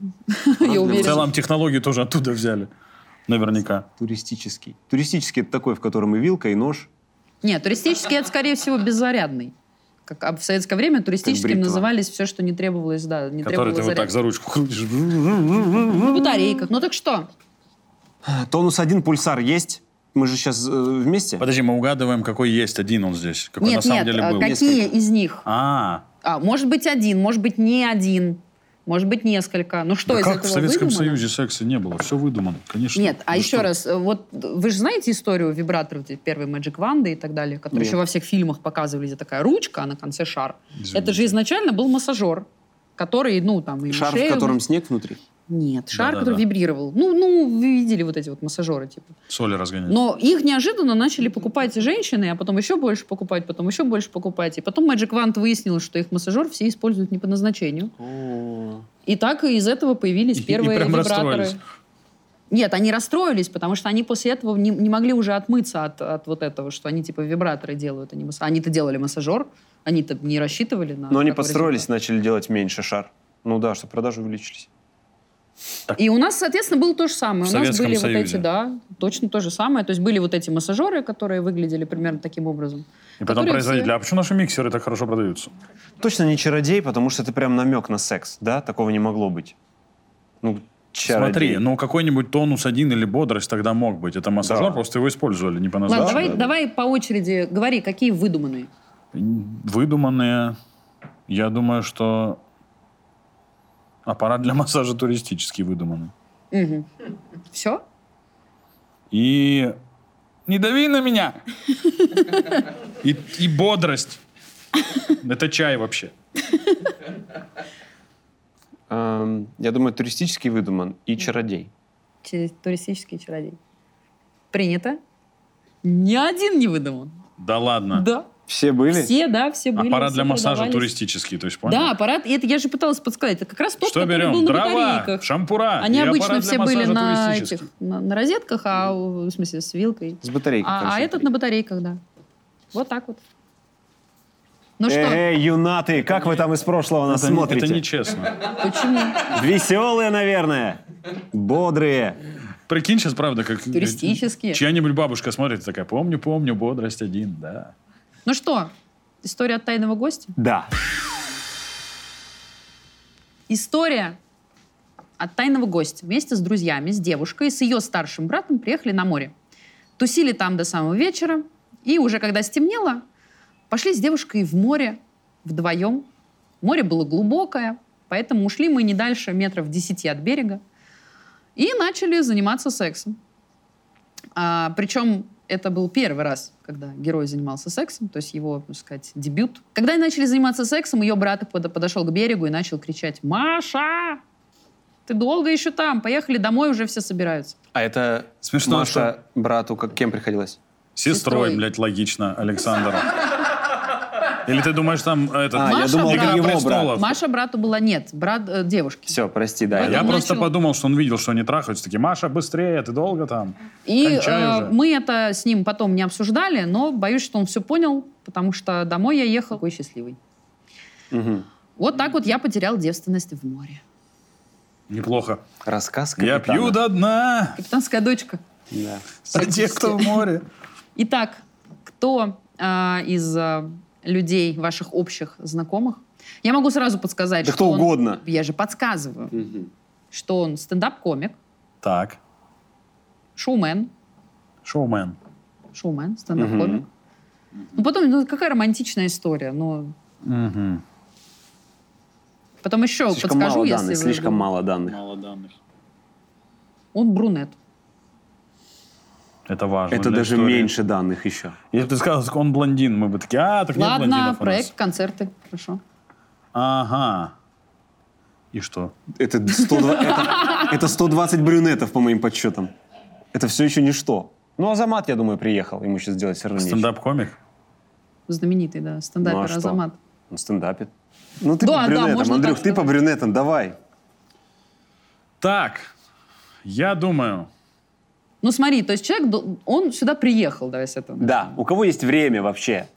A: Я
C: В
A: уверена.
C: целом технологию тоже оттуда взяли. Наверняка.
B: Туристический. Туристический — это такой, в котором и вилка, и нож.
A: Нет, туристический это, скорее всего, беззарядный. Как а в советское время туристическим
B: бритва. назывались
A: назывались все, что не требовалось, да, не
C: Который ты
A: требовалось
C: вот так
A: зарядки.
C: за ручку крутишь.
A: В батарейках. Ну так что?
B: Тонус один, пульсар есть? Мы же сейчас вместе?
C: Подожди, мы угадываем, какой есть один он здесь. Какой на
A: Нет,
C: самом
A: нет,
C: деле
A: а
C: был.
A: какие из них?
C: А,
A: А, может быть, один, может быть, не один, может быть, несколько. Ну что
C: да
A: из
C: как в
A: этого
C: Советском
A: выдумано?
C: Союзе секса не было? Все выдумано, конечно.
A: Нет, а
C: Вы
A: еще
C: что?
A: раз, э, вот э, вы же знаете историю вибраторов, эти первые Magic Ванды и так далее, которые
B: Нет.
A: еще во всех фильмах показывали, где такая ручка, а на конце шар.
C: Извините.
A: Это же изначально был массажер, который, ну, там, и
B: Шар, в
A: шею-
B: котором снег внутри?
A: Нет, шар,
C: Да-да-да.
A: который вибрировал. Ну, ну, вы видели вот эти вот массажеры, типа.
C: Соли разгонять.
A: Но их неожиданно начали покупать женщины, а потом еще больше покупать, потом еще больше покупать. И потом Magic Wand выяснил, что их массажер все используют не по назначению. И так из этого появились
C: И- и
A: первые
C: прям
A: вибраторы.
C: расстроились.
A: Нет, они расстроились, потому что они после этого не, не могли уже отмыться от, от вот этого, что они типа вибраторы делают, они Они-то делали массажер, они-то не рассчитывали на...
B: Но они
A: такой
B: подстроились,
A: результат.
B: начали делать меньше шар. Ну да, чтобы продажи увеличились.
A: И у нас, соответственно, было то же самое.
C: В
A: у нас
C: Советском
A: были вот эти,
C: Союзе.
A: да, точно то же самое. То есть были вот эти массажеры, которые выглядели примерно таким образом.
C: И потом
A: которые
C: производители,
A: все-
C: а почему наши миксеры так хорошо продаются?
B: Точно не чародей, потому что это прям намек на секс, да? Такого не могло быть. Ну, чародей.
C: Смотри, ну какой-нибудь тонус один или бодрость тогда мог быть. Это массажер,
B: Да.
C: просто его использовали, не по
A: Ладно, давай,
B: да.
C: назначению.
A: давай по очереди говори, какие выдуманные.
C: Выдуманные, я думаю, что аппарат для массажа туристический выдуманный.
A: Все?
C: И не дави на меня. И, и бодрость. Это чай вообще.
B: Эм, я думаю, туристический выдуман и чародей.
A: Туристический чародей. Принято. Ни один не выдуман.
C: Да ладно.
A: Да.
B: Все были?
A: Все, да, все были.
C: Аппарат
A: все
C: для массажа
A: продавались.
C: туристический, то есть понял?
A: Да, аппарат. И это я же пыталась подсказать. Это как раз тот,
C: Что
A: который
C: берем?
A: был на
C: Дрова,
A: батарейках.
C: шампура.
A: Они
C: и
A: обычно
C: аппарат для
A: все были
C: массажа
A: на
C: туристический.
A: этих на, на розетках, а в смысле с вилкой.
B: С батарейкой.
A: А, а
B: хорошо.
A: этот на батарейках, да. Вот так вот. Ну что,
B: Эй, юнаты, как вы там из прошлого нас
C: Это, не-
B: смотрите?
C: это нечестно.
A: почему?
B: Веселые, наверное. Бодрые.
C: Прикинь, сейчас правда, как... э,
A: Туристические.
C: Чья-нибудь бабушка смотрит и такая, помню, помню, бодрость один, да.
A: Ну что, история от тайного гостя?
B: Да.
A: История от тайного гостя. Вместе с друзьями, с девушкой, и с ее старшим братом приехали на море. Тусили там до самого вечера. И уже когда стемнело, пошли с девушкой в море вдвоем. Море было глубокое, поэтому ушли мы не дальше метров 10 от берега. И начали заниматься сексом. А, причем это был первый раз, когда герой занимался сексом, то есть его, так сказать, дебют. Когда они начали заниматься сексом, ее брат подо- подошел к берегу и начал кричать «Маша! Ты долго еще там? Поехали домой, уже все собираются».
B: А это
C: Смешно,
B: Маша брату как, кем приходилось?
C: Сестрой,
A: Сестрой.
C: блядь, логично, Александр. Или ты думаешь, там этот...
B: А,
A: я Маша думал,
C: «Игра
A: брат.
B: его брат.
C: престолов».
A: Маша брату была нет, брат э, девушки.
B: Все, прости, да.
A: Я
C: Я
A: думал,
C: просто
A: начал.
C: подумал, что он видел, что они трахаются. Такие, Маша, быстрее, ты долго там?
A: И
C: Кончай
A: э,
C: уже.
A: мы это с ним потом не обсуждали, но боюсь, что он все понял, потому что домой я ехал такой счастливый.
B: Мгм.
A: Вот так вот я потерял девственность в море.
C: Неплохо.
B: Рассказ
C: Я
B: капитана.
C: пью до дна
A: Капитанская дочка.
B: Да.
C: за тех, кто в море.
A: Итак, кто а, из а, людей, ваших общих знакомых, Я могу сразу подсказать,
B: Да
A: что
B: кто
A: он-
B: угодно.
A: Я же подсказываю,
B: Мгм.
A: что он стендап-комик,
C: Так.
A: шоумен,
C: Шоумен.
A: шоумен, стендап-комик. Ну потом, ну какая романтичная история, но
C: Мгм.
A: потом еще
B: Слишком
A: подскажу,
B: мало
A: если
B: данных,
A: вы-
B: слишком мало данных.
C: Мало данных.
A: Он брюнет.
C: Это важно.
B: Это
C: для
B: даже
C: истории.
B: меньше данных еще.
C: Если бы ты сказал, что он блондин, мы бы такие, а, так нет
A: Ладно,
C: блондинов у нас».
A: проект, концерты, хорошо.
C: Ага. И что?
B: Это 120, это, это 120 брюнетов, по моим подсчетам. Это все еще ничто. Ну, Азамат, я думаю, приехал. Ему сейчас сделать все равно нечего.
C: Стендап-комик?
A: Знаменитый, да, стендапер
B: Ну, а что?
A: Азамат.
B: Он стендапит. Ну, ты
A: Да,
B: по
A: да,
B: брюнетам,
A: можно
B: Андрюх,
A: так
B: ты по
A: сказать.
B: брюнетам, давай.
C: Так, я думаю,
A: Ну смотри, то есть человек, дол- он сюда приехал, давай с этого.
B: Да, у кого есть время вообще?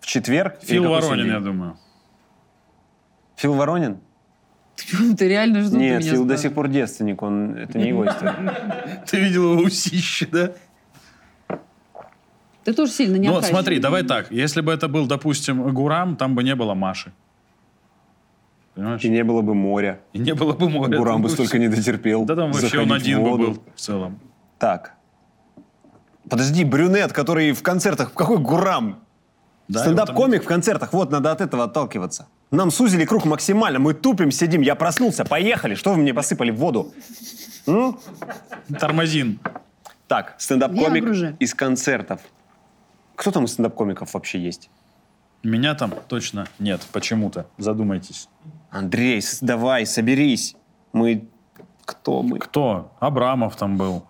B: В четверг? или
C: Фил
B: какой
C: Воронин,
B: сегодня
C: я
B: день?
C: думаю.
B: Фил Воронин?
A: Ты реально ждал
B: Нет, Фил до сих пор девственник, он, это не его история.
C: Ты видел его усище, да?
A: Ты тоже сильно не
C: Ну,
A: окажешь.
C: смотри, давай так. Если бы это был, допустим, Гурам, там бы не было Маши. Понимаешь?
B: И не было бы моря.
C: И не было бы моря.
B: Гурам бы
C: Там
B: столько не дотерпел.
C: Да там вообще он
B: Заходить в
C: один бы
B: воду.
C: был в целом.
B: Так. Подожди, брюнет, который в концертах... Какой Гурам?
C: Да, его
B: Стендап-комик в концертах, вот, надо от этого отталкиваться. Нам сузили круг максимально, мы тупим, сидим, я проснулся, поехали, что вы мне посыпали в воду? М?
C: там- Тормозин.
B: Так,
A: Я гружи.
B: стендап-комик из концертов. Кто там из стендап-комиков вообще есть?
C: Меня там точно нет, почему-то. Задумайтесь.
B: Андрей, с- давай, соберись. Мы... Кто мы?
C: Кто? Абрамов там был.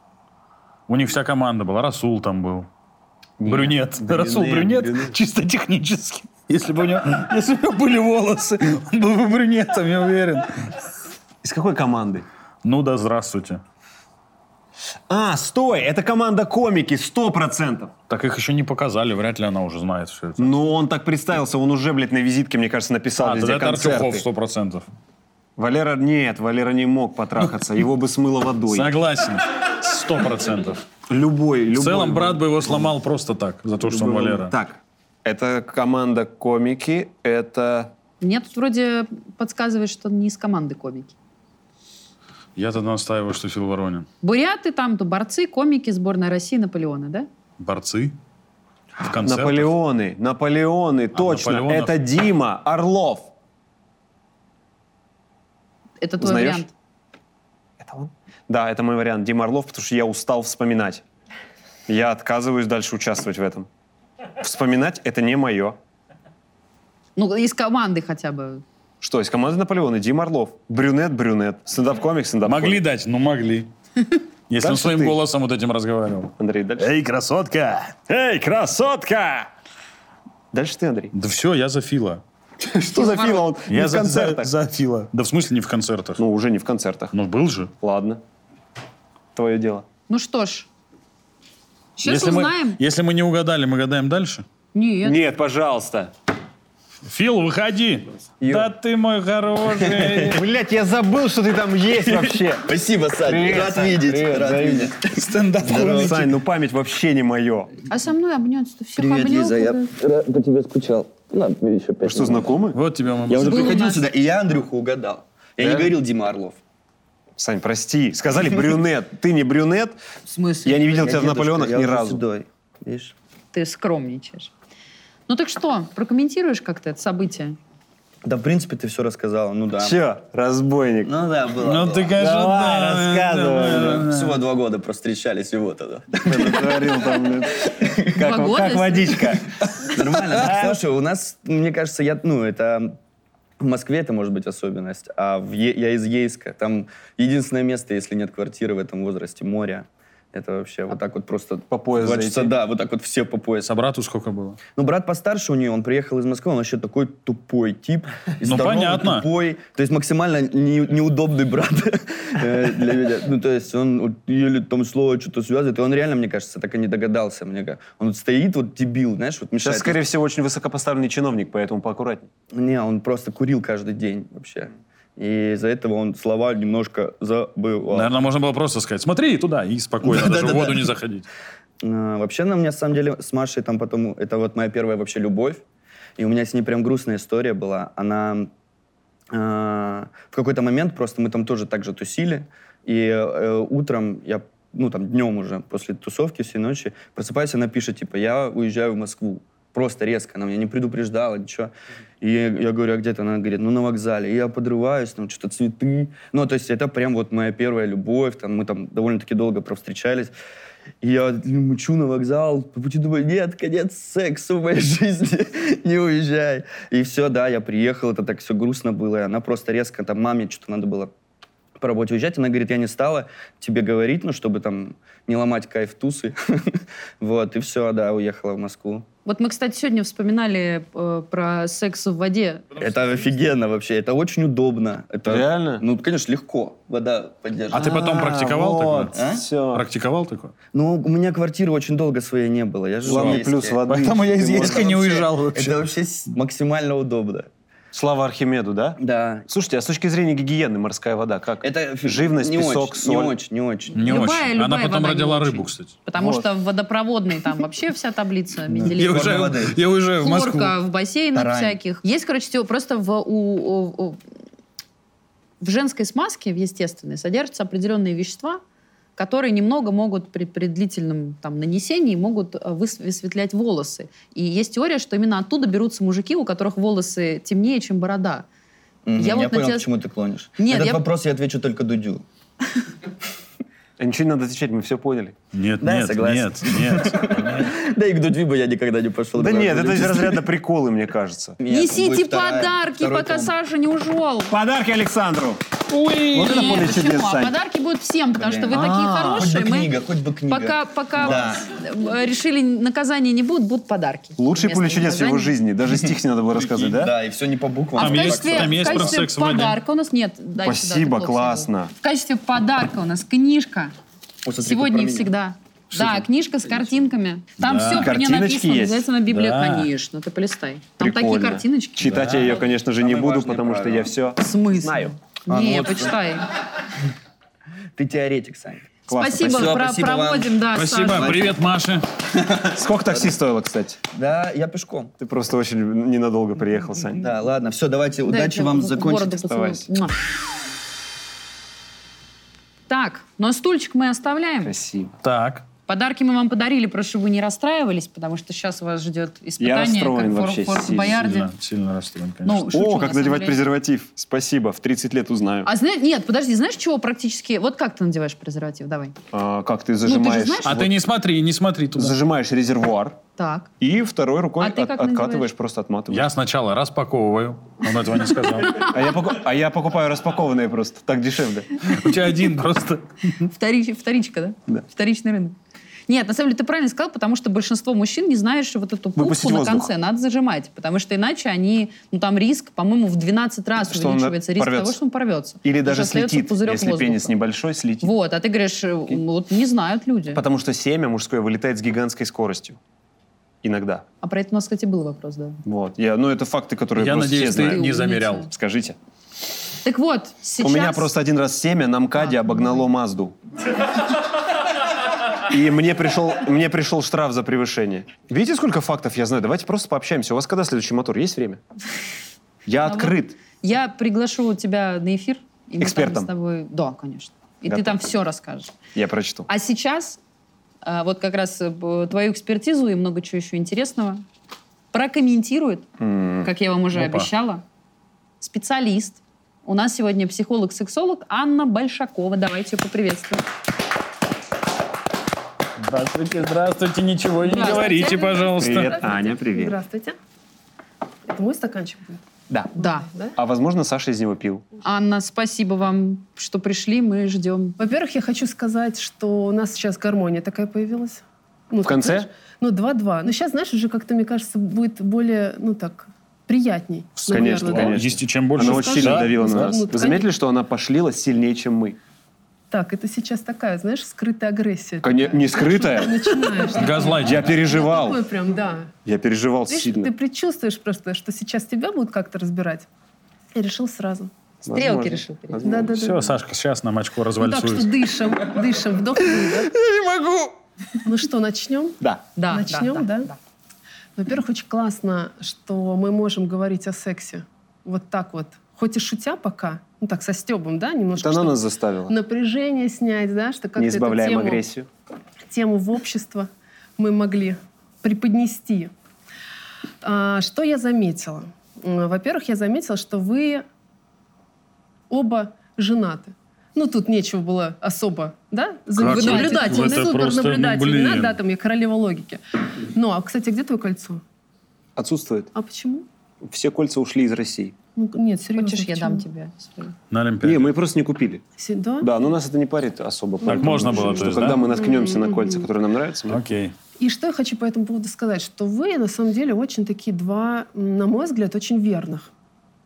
C: У них вся команда была. Расул там был.
B: Нет,
C: брюнет.
B: блин,
C: Расул
B: нет,
C: брюнет,
B: брюнет.
C: чисто технически. Если бы, у него, если бы у него были волосы, он был бы брюнетом, я уверен.
B: Из какой команды?
C: Ну да, здравствуйте.
B: А, стой, это команда комики, сто процентов.
C: Так их еще не показали, вряд ли она уже знает все это.
B: Но он так представился, он уже, блядь, на визитке, мне кажется, написал
C: А, тогда
B: везде
C: это Артюхов,
B: концерты.
C: сто процентов.
B: Валера, нет, Валера не мог потрахаться, его бы смыло водой.
C: Согласен, сто процентов.
B: Любой, любой.
C: В целом, брат бы его сломал просто так, за то, что он
B: был.
C: Валера.
B: Так, это команда комики, это...
A: Мне тут вроде подсказывает, что не из команды комики.
C: Я тогда настаиваю, что Фил Воронин.
A: Буряты там, то борцы, комики, сборная России, Наполеона, да?
C: Борцы в концертах.
B: Наполеоны, Наполеоны, точно,
C: А, Наполеонов-
B: это Дима Орлов.
A: Это твой
B: Узнаешь?
A: вариант.
B: Это он? Да, это мой вариант, Дима Орлов, потому что я устал вспоминать. Я отказываюсь дальше участвовать в этом. Вспоминать — это не мое.
A: Ну, из команды хотя бы.
B: Что, из команды Наполеона Дима Орлов. Брюнет, брюнет. Стендап-комик, стендап-комик.
C: А Могли дать, но могли. Если он
B: Дальше
C: своим
B: ты.
C: голосом вот этим разговаривал.
B: Андрей, дальше.
C: Эй, красотка! Эй, красотка!
B: Дальше ты, Андрей.
C: Да все, я за Фила.
B: Что за фила? Он не в
C: за,
B: концертах.
C: за- за Фила. Да в смысле не в концертах?
B: Ну, уже не в концертах.
C: Ну, был же.
B: Ладно. Твое дело.
A: Ну что ж, сейчас
C: если,
A: узнаем.
C: мы, если мы не угадали, мы гадаем дальше.
A: Нет.
B: Нет, пожалуйста.
C: Фил, выходи!
B: Ё.
C: Да ты мой хороший!
B: Блять, я забыл, что ты там есть вообще.
D: Спасибо, Сань. рад видеть. рад видеть.
C: Стендап.
B: Сань, ну память вообще не мое.
A: А со мной обнется, ты всех
D: Привет,
A: облёк,
D: Лиза. Я
A: да.
D: ра- по тебе скучал. Надо мне еще пять
B: Что,
D: минут.
B: знакомы?
C: Вот тебе мама.
D: Я уже
A: Был у
D: приходил
A: нас.
D: сюда, и я Андрюху угадал. Я не
B: Да?
D: говорил Дима Орлов.
B: Сань, прости. Сказали брюнет. Ты не брюнет.
A: В смысле?
B: Я не видел
D: Я
B: тебя в
D: дедушка,
B: Наполеонах
D: я
B: ни
D: уже
B: разу.
D: седой. Видишь?
A: Ты скромничаешь. Ну так что, прокомментируешь как-то это событие?
D: Да, в принципе, ты все рассказала. Ну да.
B: Че, разбойник?
D: Ну да, было.
C: Ну
D: было.
C: ты, конечно,
B: Давай, рассказывай.
D: Всего два года просто встречались, и вот это.
B: Натворил там, блин. Как-
A: Два года,
B: Как
A: если-
B: водичка.
D: Нормально. да. Слушай, у нас, мне кажется, я, ну, это в Москве это может быть особенность, а в Е- я из Ейска. Там единственное место, если нет квартиры в этом возрасте, море. Это вообще вот так вот просто...
B: По пояс
D: два
B: зайти.
D: часа, да, вот так вот все по пояс.
C: Собрату А сколько было?
D: Ну, брат постарше у нее, он приехал из Москвы, он вообще такой тупой тип. И
C: Ну,
D: здоровый,
C: понятно.
D: Тупой, то есть максимально не- неудобный брат э, для меня. Ну, то есть он вот еле там слово что-то связывает, и он реально, мне кажется, так и не догадался. Мне кажется. Он вот стоит, вот дебил, знаешь, вот мешает.
B: Сейчас, скорее всего, очень высокопоставленный чиновник, поэтому поаккуратнее.
D: Не, он просто курил каждый день вообще. И из-за этого он слова немножко забывал.
C: Наверное, можно было просто сказать, смотри туда и спокойно, даже в
D: Да-да-да.
C: воду не заходить.
D: А, Вообще, на меня, на самом деле, с Машей там потом... Это вот моя первая вообще любовь. И у меня с ней прям грустная история была. Она А, в какой-то момент просто мы там тоже так же тусили, и э, утром я ну, там, днем уже, после тусовки всей ночи, просыпаюсь, она пишет, типа, я уезжаю в Москву. Просто резко, она меня не предупреждала, ничего. И я говорю, а где ты? Она говорит, ну, на вокзале. И я подрываюсь, там, что-то цветы. Ну, то есть это прям вот моя первая любовь, там, мы там довольно-таки долго провстречались. И я мучу на вокзал, по пути думаю, нет, конец сексу в моей жизни, не уезжай. И все, да, я приехал, это так все грустно было. И она просто резко, там, маме что-то надо было по работе уезжать. Она говорит, я не стала тебе говорить, ну, чтобы там не ломать кайф тусы. Вот, и все, да, уехала в Москву.
A: Вот мы, кстати, сегодня вспоминали э, про секс в воде.
D: Это офигенно вообще, это очень удобно. Это,
B: Реально?
D: Ну, конечно, легко, вода
C: А
D: поддерживает.
C: ты потом практиковал
B: вот,
C: такое?
D: А?
B: всё.
C: Практиковал такое?
D: Ну, у меня квартиры очень долго своей не было, я жил в
B: Главный
D: Ейске.
B: плюс воды.
E: Поэтому я из
B: Ты можешь-
E: Ейска не
D: вообще-
E: уезжал
D: Это
E: вообще.
D: вообще с- максимально удобно.
B: Слава Архимеду, да?
D: Да.
B: Слушайте, а с точки зрения гигиены морская вода как?
D: Это фи-
B: Живность,
D: не
B: песок,
D: очень,
B: соль.
D: Не очень, не очень.
C: Не
A: Любая,
C: очень.
A: любая
C: Она потом
A: вода не
C: родила
A: очень.
C: рыбу, кстати.
A: Потому
B: Вот.
A: что в водопроводной там вообще вся таблица
C: Я
A: Менделеева.
C: уезжаю,
D: воды.
C: я уезжаю в Москву.
A: Хлорка в бассейнах
D: Тарань.
A: всяких. Есть, короче, всего просто в, у- у- у- в женской смазке, в естественной, содержатся определенные вещества, которые немного могут при, при длительном там, нанесении могут э, выс- высветлять волосы. И есть теория, что именно оттуда берутся мужики, у которых волосы темнее, чем борода.
D: Мгм,
A: Я
D: Я,
A: вот на
D: понял,
A: тебя-
D: к чему ты клонишь.
A: Нет,
D: Этот
A: я-
D: вопрос я отвечу только Дудю.
B: А Ничего не надо отвечать, мы все поняли.
C: Нет,
D: Да, я
C: нет,
D: согласен.
C: нет, нет.
D: Да и к Дудю бы я никогда не пошел.
B: Да
D: давай
B: нет, это
D: будем
B: из
D: честны.
B: разряда приколы, мне кажется.
D: У меня
A: Несите
D: будет вторая-
A: подарки,
D: второй
A: пока
D: том.
A: Саша не ужел.
B: Подарки Александру! Вот это поле
A: Нет,
B: чудес,
A: почему? А
B: Сань.
A: подарки будут всем, потому что вы
D: Блин.
A: такие
D: А, Хоть бы
A: хорошие. Мы
D: книга, хоть бы книга.
A: Пока, пока
D: Да.
A: э, решили наказания не будут, будут подарки.
B: Лучший
A: Вместо
B: пуле чудес в его
A: наказаний.
B: жизни. Даже стих не надо было рассказывать, да?
D: и все не по буквам.
A: А
C: Там
A: в
C: есть-
A: качестве,
C: там
A: в
C: есть про
A: качестве
C: секс в воде.
A: подарка у нас нет. дай сюда,
B: Спасибо,
A: ты плохо
B: классно.
A: сидел. В качестве подарка у нас книжка.
D: О, смотри,
A: Сегодня
D: как
A: и
D: про меня.
A: всегда. да, книжка с картинками. Там
C: Да.
A: все про нее
B: Картиночки
A: написано,
B: есть?
A: обязательно библиотека.
C: Да.
A: Конечно, ты полистай. Там такие
B: Прикольно.
A: картиночки.
B: Читать я ее, конечно же, не
D: Самое
B: буду,
D: важное
B: потому что
D: правило.
B: я все...
A: В смысле?
B: Знаю.
D: А,
A: Не,
D: ну вот.
A: почитай.
D: Ты теоретик, Сань.
B: Классно.
A: Спасибо,
D: Спасибо,
A: про-
D: спасибо вам.
A: проводим, да,
C: Спасибо,
A: Саша.
C: привет, Маша.
B: Сколько такси стоило, кстати?
D: Да, я пешком.
B: Ты просто очень ненадолго приехал, Сань.
D: Да, ладно, все, давайте,
A: Да,
D: удачи
A: я
D: вам
A: к
D: закончить.
A: городу поцелую.
B: оставайся.
A: Муа. Так, но стульчик мы оставляем.
B: Спасибо.
C: Так.
A: Подарки мы вам подарили, прошу, вы не расстраивались, потому что сейчас вас ждет испытание, как
B: расстроен
A: в Фор-
B: вообще
A: Форт
B: сильно.
A: Боярде.
C: Сильно, сильно расстроен, конечно.
A: Ну, шучу,
B: О,
A: на
B: как
A: самом
B: надевать
A: деле.
B: презерватив. Спасибо, в 30 лет узнаю.
A: А зна- нет, подожди, знаешь, чего практически... Вот как ты надеваешь презерватив? Давай.
B: А, как ты зажимаешь...
A: Ну, знаешь,
C: А ты не смотри, не смотри туда.
B: Зажимаешь резервуар
A: Так.
B: и второй рукой
A: А ты
B: от-
A: как
B: откатываешь,
A: надеваешь?
B: просто отматываешь.
C: Я сначала распаковываю. Он этого не сказал.
B: А, я поку- а я покупаю распакованные просто, так дешевле.
C: У тебя один просто.
A: Втори- Вторичка, да?
B: Да.
A: Вторичный рынок. Нет, на самом деле ты правильно сказал, потому что большинство мужчин не знаешь вот эту
B: Выпустить
A: пупку на
B: воздух.
A: конце надо зажимать, потому что иначе они, ну там риск, по-моему, в 12 раз
B: Что он
A: увеличивается риск
B: порвётся.
A: того, что он порвется.
B: Или
A: Потому
B: даже
A: что остаётся
B: слетит,
A: пузырёк
B: если
A: воздуха.
B: пенис небольшой, слетит.
A: Вот, а ты говоришь, э, вот не знают люди.
B: Потому что семя мужское вылетает с гигантской скоростью. Иногда.
A: А про это у нас, кстати, был вопрос, да.
B: Вот. Я, ну, это факты, которые
C: Я
B: просто
C: надеюсь,
B: все знают.
C: ты не
A: умница.
C: замерял.
B: Скажите.
A: Так вот, сейчас...
B: У меня просто один раз семя на МКАДе
A: А,
B: обогнало Мазду. И мне пришел, мне пришел штраф за превышение. Видите, сколько фактов я знаю? Давайте просто пообщаемся. У вас когда следующий мотор? Есть время? Я
A: Ну, вот.
B: открыт.
A: Я приглашу тебя на эфир. И мы там
B: Экспертом.
A: с тобой... Да, конечно. И ты
B: Готов.
A: там все расскажешь.
B: Я прочту.
A: А сейчас, а, вот как раз э, б- твою экспертизу и много чего еще интересного прокомментирует, как я вам уже
C: Опа.
A: обещала, специалист. У нас сегодня психолог-сексолог Анна Большакова. Давайте ее поприветствуем.
C: Здравствуйте, здравствуйте, ничего не
A: Здравствуйте.
C: говорите, пожалуйста.
B: Привет, Аня, привет.
F: Здравствуйте. Это мой стаканчик будет?
B: Да.
A: Да.
F: Да?
B: А возможно, Саша из него пил.
A: Анна, спасибо вам, что пришли. Мы ждем.
F: Во-первых, я хочу сказать, что у нас сейчас гармония такая появилась. Ну,
B: В
F: ты
B: конце?
F: знаешь, Ну, 2-2. Но сейчас, знаешь, уже как-то, мне кажется, будет более, ну так, приятней.
B: Конечно,
F: наверное, да?
B: конечно.
C: Если чем больше...
B: Она очень
F: скажи.
B: сильно
F: Да.
B: давила на
F: Ну,
B: нас. Вы
F: конечно.
B: заметили, что она пошлила сильнее, чем мы?
F: Так, это сейчас такая, знаешь, скрытая агрессия.
B: Коне- Не скрытая.
F: Начинаешь. Ну,
C: Газлайт.
B: Я переживал.
F: Такой прям, да.
B: Я переживал
F: Видишь,
B: сильно.
F: ты предчувствуешь просто, что сейчас тебя будут как-то разбирать. И решил сразу.
A: Стрелки
B: Возможно.
A: решил перейти.
B: Возможно.
F: Да-да-да.
C: Все, Сашка, сейчас нам очко
F: Ну, так что
C: развальсует.
F: дышим, дышим, вдох, выдох.
B: Я не могу.
F: Ну что, начнем?
B: Да.
A: Да,
F: Начнем, да? Во-первых, очень классно, что мы можем говорить о сексе вот так вот, хоть и шутя пока, ну так, со стебом, да,
B: Это
F: немножко.
B: она
F: чтобы
B: нас заставила.
A: Ну,
F: Напряжение снять, да, что как-то
B: Не
F: эту
B: избавляем
F: тему-
B: агрессию.
F: тему в общество мы могли преподнести. А, Что я заметила? М, Во-первых, я заметила, что вы оба женаты. Ну, тут нечего было особо, да?
A: Вы
C: Как это-
A: наблюдательный,
C: это
F: супер
C: просто, ну,
F: наблюдательный, да,
C: блин.
F: да, там я королева логики. Ну, а, кстати, где твое кольцо?
B: Отсутствует.
F: А почему?
B: Все кольца ушли из России.
F: Ну, нет, серьезно,
A: Хочешь, я
F: почему?
A: дам тебе свою?
C: На
B: Не,
C: Олимпиаде.
B: мы просто не купили.
F: Се- Да?
B: Да, но нас это не парит особо. поэтому
C: можно
B: решили,
C: было, то
B: что
C: есть,
B: когда
C: да?
B: мы наткнемся на
F: Мгм.
B: кольца, которые нам нравятся, мы-
C: Окей.
F: И что я хочу по этому поводу сказать, что вы, на самом деле, очень такие два, м, на мой взгляд, очень верных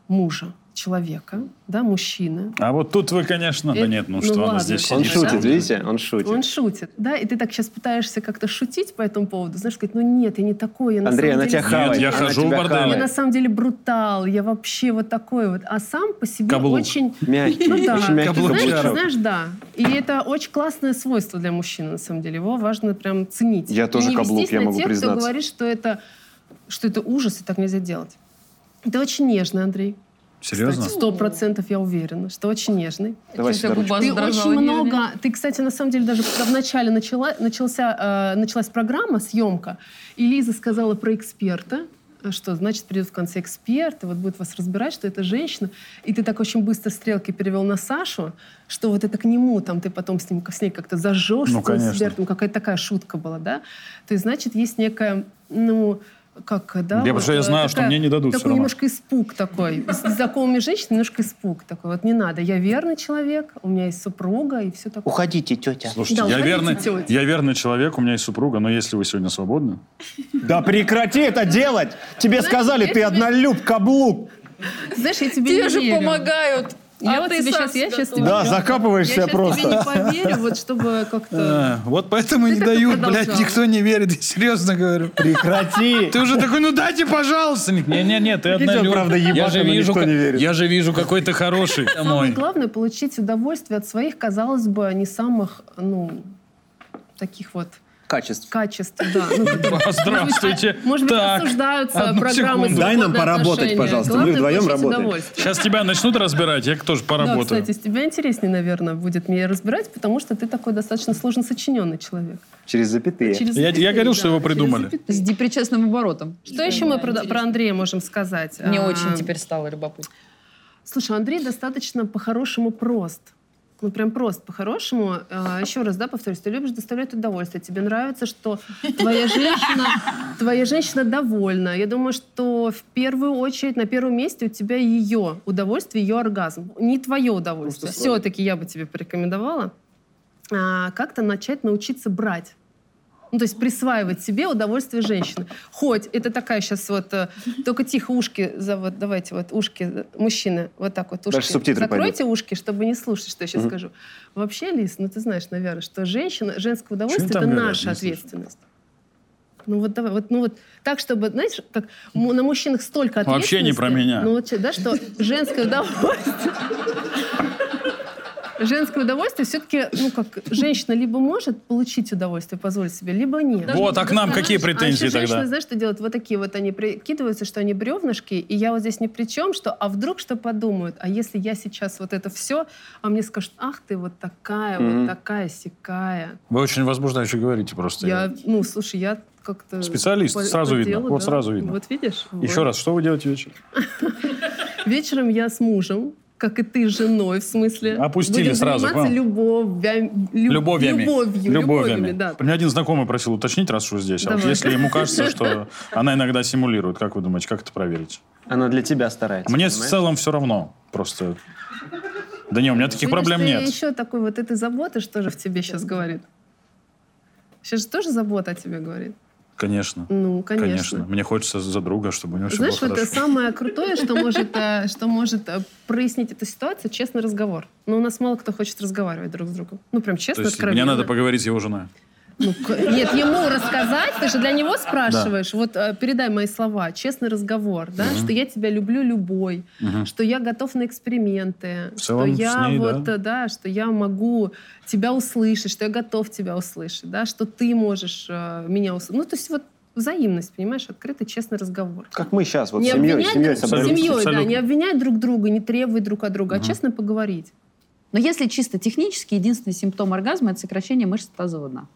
F: мужа, человека, да, мужчины.
C: А вот тут вы, конечно...
F: Э,
C: да нет, ну,
F: ну
C: что она
F: ладно,
C: здесь
B: он
F: конечно,
C: сидит?
B: шутит,
F: да.
B: видите? Он шутит.
F: Он шутит, да, и ты так сейчас пытаешься как-то шутить по этому поводу, знаешь, сказать, ну нет, я не такой, я на
B: Андрей,
F: самом
B: она тебя
F: деле...
B: хавает.
C: я
B: она
C: хожу
B: тебя
C: в борделе.
F: Я
B: хавает.
F: на самом деле брутал, я вообще вот такой вот, а сам по себе
C: Каблук.
F: очень...
B: Мягкий,
F: Ну да.
B: очень мягкий
C: Каблук.
F: Знаешь,
C: каблучок.
F: знаешь, да. И это очень классное свойство для мужчины, на самом деле. Его важно прям ценить.
B: Я
F: И
B: тоже
F: не
B: каблук,
F: вестись
B: я
F: на
B: могу
F: тех,
B: признаться.
F: кто говорит, что это, что это ужас, и так нельзя делать. Ты очень нежный, Андрей.
C: Серьезно?
F: Сто процентов я уверена, что очень нежный.
B: Давай
A: Чё,
B: сюда
A: вся
B: ручку.
A: губа
F: Ты
A: задрожала,
F: очень
A: не- не-
F: много. Ты, кстати, на самом деле даже когда вначале начала, начался, э, началась программа, съемка, и Лиза сказала про эксперта, э, что значит придет в конце эксперт, и вот будет вас разбирать, что это женщина, и ты так очень быстро стрелки перевел на Сашу, что вот это к нему, там ты потом с, ним, с ней как-то зажжешь,
C: Ну,
F: с этим
C: конечно.
F: экспертом, какая-то такая шутка была, да? То есть, значит, есть некая, ну, как, да?
C: Я просто- я
F: э,
C: знаю, что
F: такая-
C: мне не дадут всё
F: Такой
C: равно.
F: немножко испуг такой. С незнакомыми женщинами немножко испуг такой. Вот не надо. Я верный человек, у меня есть супруга и все такое.
E: Уходите, тетя.
C: Слушайте,
F: Да,
C: я,
F: уходите,
C: верный,
F: тётя.
C: я верный человек, у меня есть супруга, но если вы сегодня свободны...
E: Да прекрати это делать! Тебе сказали, ты однолюб, каблук!
F: Знаешь, я тебе
A: Тебе
F: не
A: же
F: верю.
A: помогают. А
F: Я вот
A: ты
F: тебе
A: сам
F: щас- я
A: себя
F: щас
A: тоже.
F: тебе-
E: Да,
F: Я
E: закапываешься
F: сейчас тебе
E: просто.
F: не поверю, вот чтобы как-то...
C: Э, вот поэтому
F: Ты не так и дают, продолжал. блядь, никто
C: не верит, я серьезно говорю.
E: Прекрати!
C: Ты уже такой, ну дайте, пожалуйста. Не-не-не, ты
E: Видите, он,
C: однолюб.
E: правда,
C: я же
E: ебака, но
C: вижу,
E: никто
C: как-
E: не верит.
C: Я же вижу, какой ты хороший.
F: Самое
C: Мой.
F: главное — получить удовольствие от своих, казалось бы, не самых, ну, таких вот
B: Качество.
F: качеств, да. Ну, которые,
C: Здравствуйте.
F: Может быть,
C: Так,
F: обсуждаются
C: одну
F: программы
C: секунду.
E: Дай нам
F: «Свободные
E: поработать,
F: отношения».
E: пожалуйста, мы
F: Главное
E: вдвоем
F: получить
E: работаем.
F: удовольствие.
C: Сейчас тебя начнут разбирать, я тоже
F: Да,
C: поработаю.
F: Ну, а, кстати, с тебя интереснее, наверное, будет мне разбирать, потому что ты такой достаточно сложно сочиненный человек.
B: Через запятые.
F: Через
C: Я- я
F: запятые,
C: говорил, что его
F: через
C: придумали.
A: С
F: запятые.
A: депричастным оборотом.
F: Что еще мы про, про Андрея можем сказать?
A: Мне
F: А,
A: очень теперь стало любопытно.
F: Слушай, Андрей достаточно по-хорошему прост. Ну, прям прост по-хорошему. А, еще раз, да, повторюсь, ты любишь доставлять удовольствие. Тебе нравится, что твоя женщина, твоя женщина довольна. Я думаю, что в первую очередь, на первом месте у тебя ее удовольствие, ее оргазм. Не твое удовольствие.
B: Просто свое.
F: Все-таки я бы тебе порекомендовала а, как-то начать научиться брать. Ну, то есть присваивать себе удовольствие женщины. Хоть это такая сейчас вот... э, Только тихо ушки... за- вот Давайте вот ушки... э, Мужчины, вот так вот ушки.
B: Дальше субтитры
F: Закройте ушки, чтобы не слушать, что я сейчас
B: Мгм.
F: скажу. Вообще, Лиз, ну ты знаешь, наверное, что женщина, женское удовольствие —
C: там
F: это
C: говорят?
F: наша
C: Не слышу.
F: ответственность. Ну вот давай, вот, ну вот так, чтобы, знаешь, как му- на мужчинах столько ответственности.
C: Вообще не про меня.
F: Ну вот, че- да, что женское удовольствие... Женское удовольствие все-таки, ну как, женщина либо может получить удовольствие, позволить себе, либо нет.
C: Вот, а к нам какие
F: А
C: претензии
F: еще женщины,
C: тогда?
F: знаешь, что делают? Вот такие вот они прикидываются, что они бревнышки, и я вот здесь ни при чем, что, а вдруг что подумают? А если я сейчас вот это все, а мне скажут, ах ты вот такая,
B: Мгм.
F: вот такая, сякая.
C: Вы очень возбуждающе говорите просто.
F: Я, ну, слушай, я как-то...
C: Специалист,
F: по-
C: сразу
F: по
C: видно,
F: делу,
C: вот
F: да.
C: сразу видно.
F: Вот видишь?
C: Еще
F: вот.
C: раз, что вы делаете вечером?
F: Вечером я с мужем, как и ты с женой, в смысле.
C: Опустили
F: будем
C: сразу,
F: заниматься
C: понял.
F: любовя- лю-
C: Любовями.
F: Любовью. Любовями, да.
C: Меня один знакомый просил уточнить, раз что вы здесь. А вот
F: Давай.
C: если ему кажется, что она иногда симулирует, как вы думаете, как это проверить?
B: Она для тебя старается.
C: Мне в
B: понимаешь?
C: целом все равно. Просто... Да не, у
F: Ну,
C: меня таких проблем нет.
F: еще такой вот этой заботы, что же в тебе сейчас говорит? Сейчас же тоже забота о тебе говорит.
C: Конечно.
F: Ну, конечно.
C: Конечно. Мне хочется за друга, чтобы у него все было
F: Знаешь, вот это
C: хорошо.
F: самое крутое, что может, э, что может э, прояснить эту ситуацию, честный разговор. Но у нас мало кто хочет разговаривать друг с другом. Ну, прям
C: То
F: честно,
C: есть мне
F: откровенно.
C: надо поговорить с его женой.
F: Ну, к- нет, ему рассказать, ты же для него спрашиваешь. Вот э, передай мои слова, честный разговор, да, что я тебя люблю любой,
C: Мгм.
F: что я готов на эксперименты,
C: В целом
F: что я
C: с ней,
F: вот,
C: да.
F: э, да, что я могу тебя услышать, что я готов тебя услышать, да, что ты можешь э, меня услышать. Ну, то есть вот взаимность, понимаешь, открытый, честный разговор.
B: Как мы сейчас, вот
F: не
B: с семьей,
F: обвинять
B: семьей
F: друг-
B: собрались.
C: Абсолютно,
F: семьей, да,
C: абсолютно.
F: не обвинять друг друга, не требовать друг от друга, а честно поговорить.
A: Но если чисто технически, единственный симптом оргазма – это сокращение мышц тазового дна.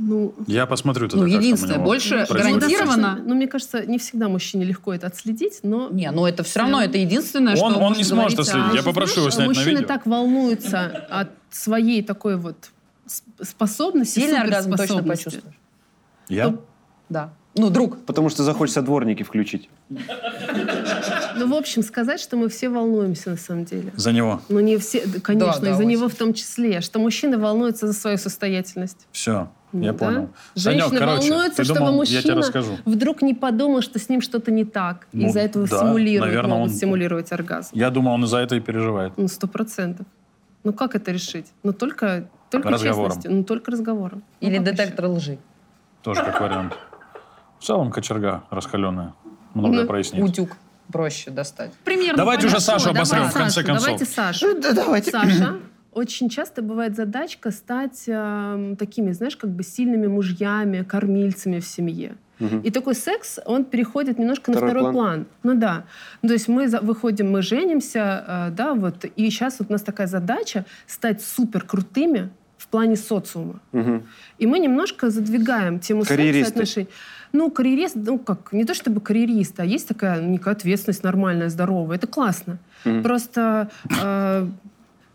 F: Ну,
C: Я посмотрю
A: ну,
C: тогда, как там у
A: единственное.
C: него
A: Больше
C: происходит.
A: гарантированно.
F: Ну, мне кажется, не всегда мужчине легко это отследить, но...
A: Не, ну это все равно, это единственное,
C: Он-
A: что
C: он
A: может
C: не сможет
A: говорить
C: отследить.
A: о-
C: Я попрошу его
F: Знаешь,
C: снять на
F: мужчины
C: видео.
F: так волнуются от своей такой вот с- способности,
A: Сильный оргазм точно
F: суперспособности.
A: почувствуешь.
C: Я?
A: Да. Ну, друг.
B: Потому что захочется дворники включить.
F: Ну, в общем, сказать, что мы все волнуемся на самом деле.
C: За него.
F: Ну, не все, да, конечно,
A: да,
F: и за
A: очень.
F: него в том числе, что мужчины волнуются за свою состоятельность.
C: Все,
F: Ну
C: я
F: да.
C: понял.
F: Женщина
C: Санек, короче,
F: волнуется,
C: ты
F: чтобы
C: думал, я тебе
F: мужчина
C: расскажу.
F: Вдруг не подумал, что с ним что-то не так.
C: Ну,
F: Из-за этого
C: да,
F: симулируют,
C: наверное,
F: могут
C: он-
F: симулировать оргазм.
C: Я думал, он из-за этого и переживает.
F: Ну, сто процентов. Ну, как это решить? Ну, только, только
C: Разговором.
F: честностью. Ну, только разговором. Ну,
A: Или
F: как еще?
A: детектор лжи.
C: Тоже как вариант. В целом кочерга раскаленная. Многое
F: Ну,
C: прояснит.
A: Утюг проще достать. Примерно.
C: Давайте уже Сашу
F: давай,
C: обосрем, в
F: Сашу,
C: конце концов.
F: Давайте Сашу. давайте. Саша, очень часто бывает задачка стать эм, такими, знаешь, как бы сильными мужьями, кормильцами в семье. И такой секс, он переходит немножко
B: Второй
F: на второй
B: план.
F: план. Ну да. Ну, то есть мы за- выходим, мы женимся, э, да, вот. И сейчас вот у нас такая задача стать супер крутыми в плане социума.
B: Мгм.
F: И мы немножко задвигаем тему секса
B: Карьеристы.
F: отношений. Ну, карьерист, ну как, не то чтобы карьерист, а есть такая ну, некая ответственность нормальная, здоровая. Это классно.
B: Мгм.
F: Просто, э,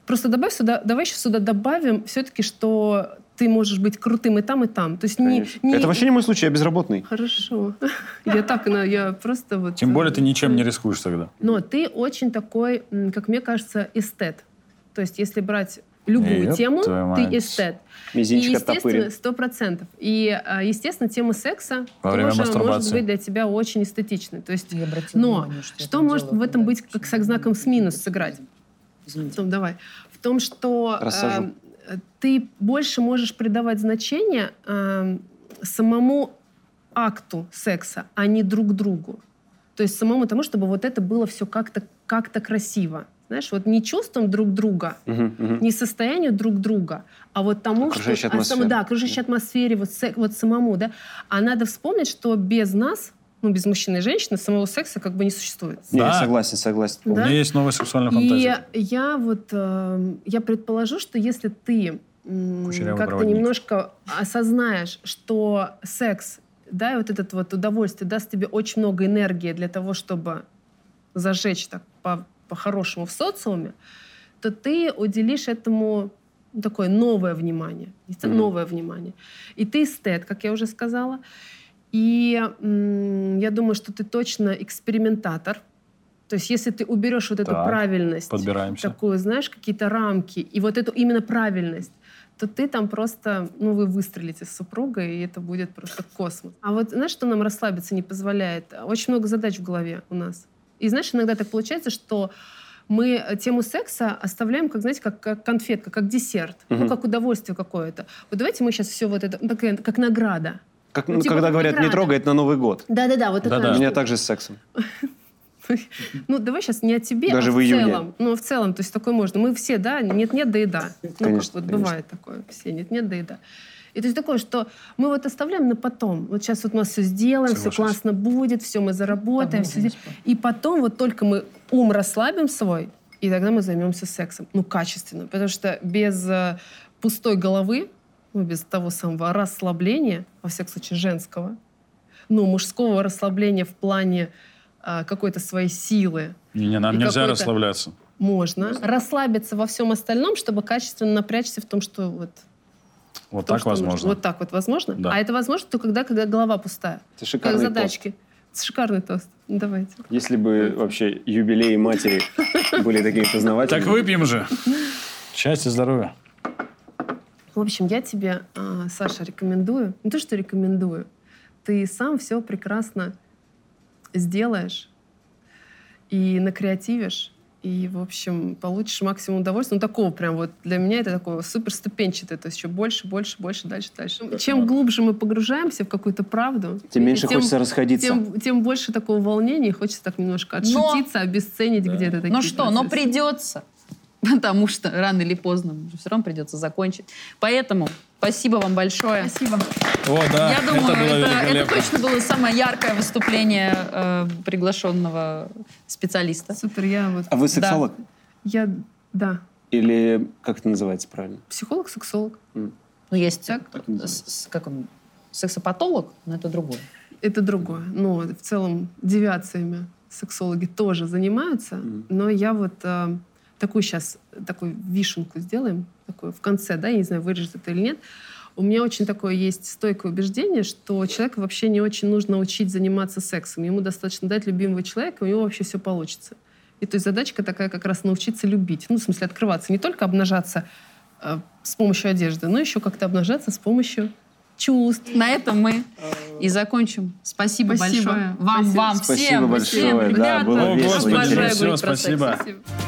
F: просто добавь сюда, давай еще сюда добавим все-таки, что ты можешь быть крутым и там, и там. То есть не,
B: Конечно.
F: не-
B: Это вообще не мой случай, я безработный.
F: Хорошо. Я так, ну, я просто вот... э,
C: Тем более ты ничем не рискуешь тогда.
F: Но ты очень такой, м, как мне кажется, эстет. То есть если брать любую
C: Ёп
F: тему,
C: твою
F: ты
C: мать.
F: эстет. И,
B: Мизинчик
F: естественно,
B: оттопырен.
F: сто процентов. И, а, естественно, тема секса
C: Во время
F: тоже может
C: мастурбации.
F: быть для тебя очень эстетичной. То есть,
A: Я обратила
F: но
A: внимание, я
F: что
A: там
F: может
A: делала,
F: в этом
A: когда
F: быть как со знаком с минус сыграть? В
A: Извините.
F: том, давай. В том, что
B: Рассажу.
F: э, ты больше можешь придавать значение э, самому акту секса, а не друг другу. То есть самому тому, чтобы вот это было все как-то как красиво. Знаешь, вот не чувством друг друга,
B: Мгм, мгм.
F: не состоянию друг друга, а вот тому,
B: Окружающей
F: что... а
B: атмосфере.
F: да, окружающей атмосфере, вот, се- вот самому, да. А надо вспомнить, что без нас, ну, без мужчины и женщины, самого секса как бы не существует.
B: Не, я
C: Да.
B: согласен, согласен.
C: У
F: Да?
C: меня есть новая сексуальная
F: И
C: фантазия.
F: я вот, эм, я предположу, что если ты м,
C: Кучерявый
F: как-то
C: проводник.
F: немножко осознаешь, что секс, да, и вот этот вот удовольствие даст тебе очень много энергии для того, чтобы зажечь так по- по-хорошему в социуме, то ты уделишь этому ну, такое новое внимание. Это
B: Мгм.
F: Новое внимание. И ты эстет, как я уже сказала. И м, я думаю, что ты точно экспериментатор. То есть если ты уберешь вот эту
C: Так,
F: правильность,
C: подбираемся.
F: такую, знаешь, какие-то рамки, и вот эту именно правильность, то ты там просто, ну, вы выстрелите с супругой, и это будет просто космос. А вот знаешь, что нам расслабиться не позволяет? Очень много задач в голове у нас. И знаешь, иногда так получается, что мы э, тему секса оставляем, как, знаете, как, как конфетка, как десерт, ну,
B: Мгм.
F: как удовольствие какое-то. Вот давайте мы сейчас все вот это, ну, такая, как награда.
B: Как,
F: Ну,
B: ну,
F: типа,
B: когда говорят, не
F: награда.
B: трогает на Новый год.
F: Да-да-да, вот это.
C: Да-да.
B: У
F: она
B: меня
F: штука.
B: так же с сексом.
F: Ну, давай сейчас не о тебе,
B: Даже
F: а в,
B: в июне.
F: целом. Ну, в целом, то есть такое можно. Мы все, да, нет-нет, да и да. Ну, как
B: Конечно,
F: вот
B: конечно.
F: бывает такое. Все нет-нет, да и да. И то есть такое, что мы вот оставляем на потом. Вот сейчас вот мы все сделаем, все
C: Соглашусь.
F: классно будет, все мы заработаем.
A: Давно
F: всё
A: уже не
F: сделаем. И потом вот только мы ум расслабим свой, и тогда мы займемся сексом. Ну, качественно. Потому что без э, пустой головы, ну, без того самого расслабления, во всяком случае, женского, ну, мужского расслабления в плане а, какой-то своей силы
C: Не-не, нам
F: и
C: нельзя
F: какой-то-
C: расслабляться.
F: можно. Расслабиться во всем остальном, чтобы качественно напрячься в том, что вот...
C: Вот
F: в том,
C: так
F: что нужно.
C: возможно.
F: Вот так вот возможно?
C: Да.
F: А это возможно только когда, когда голова пустая.
B: Это
F: Как
B: шикарный пост.
F: Э, задачки. Шикарный тост. Ну, Давайте.
B: Если бы вообще юбилеи матери были такие познавательные.
C: Так выпьем же. Счастья, здоровья.
F: В общем, я тебе, а, Саша, рекомендую. Не то, что рекомендую. Ты сам все прекрасно сделаешь и накреативишь. И, в общем, получишь максимум удовольствия. Ну, такого прям вот для меня это такое супер ступенчатое. То есть еще больше, больше, больше, дальше, дальше. Чем глубже мы погружаемся в какую-то правду,
B: Тем
F: и
B: меньше хочется расходиться.
F: Тем, тем больше такого волнения. Хочется так немножко отшутиться, обесценить где-то такие
A: Ну что, но
F: процессы.
A: придется. потому что рано или поздно все равно придется закончить. Поэтому спасибо вам большое.
G: Спасибо.
C: О, да,
A: Я думаю,
C: это было
A: это, это
C: великолепно.
A: точно было самое яркое выступление э, приглашенного специалиста.
F: Супер, я вот...
B: А вы сексолог?
F: Я, да,
B: Или как это называется правильно?
F: психолог, сексолог.
A: Ну, есть
F: Так?
A: с- с- как он, сексопатолог, но это другое.
F: Это другое. Но в целом девиациями сексологи тоже занимаются.
B: Мгм.
F: Но я вот э, такую сейчас, такую вишенку сделаем, такую в конце, да, я не знаю, вырежет это или нет. У меня очень такое есть стойкое убеждение, что человеку вообще не очень нужно учить заниматься сексом. Ему достаточно дать любимого человека, и у него вообще все получится. И то есть задачка такая как раз научиться любить. Ну, в смысле, открываться. Не только обнажаться э, с помощью одежды, но еще как-то обнажаться с помощью чувств,
A: На этом мы и закончим. Спасибо,
F: Спасибо.
A: большое. Вам,
F: Спасибо.
A: вам,
B: Спасибо
A: всем,
B: большое,
A: всем,
B: да,
A: ребята.
B: было
C: О,
B: весело,
C: Господи,
A: Обожаю
C: все,
A: говорить про секс.
C: спасибо.
F: Спасибо.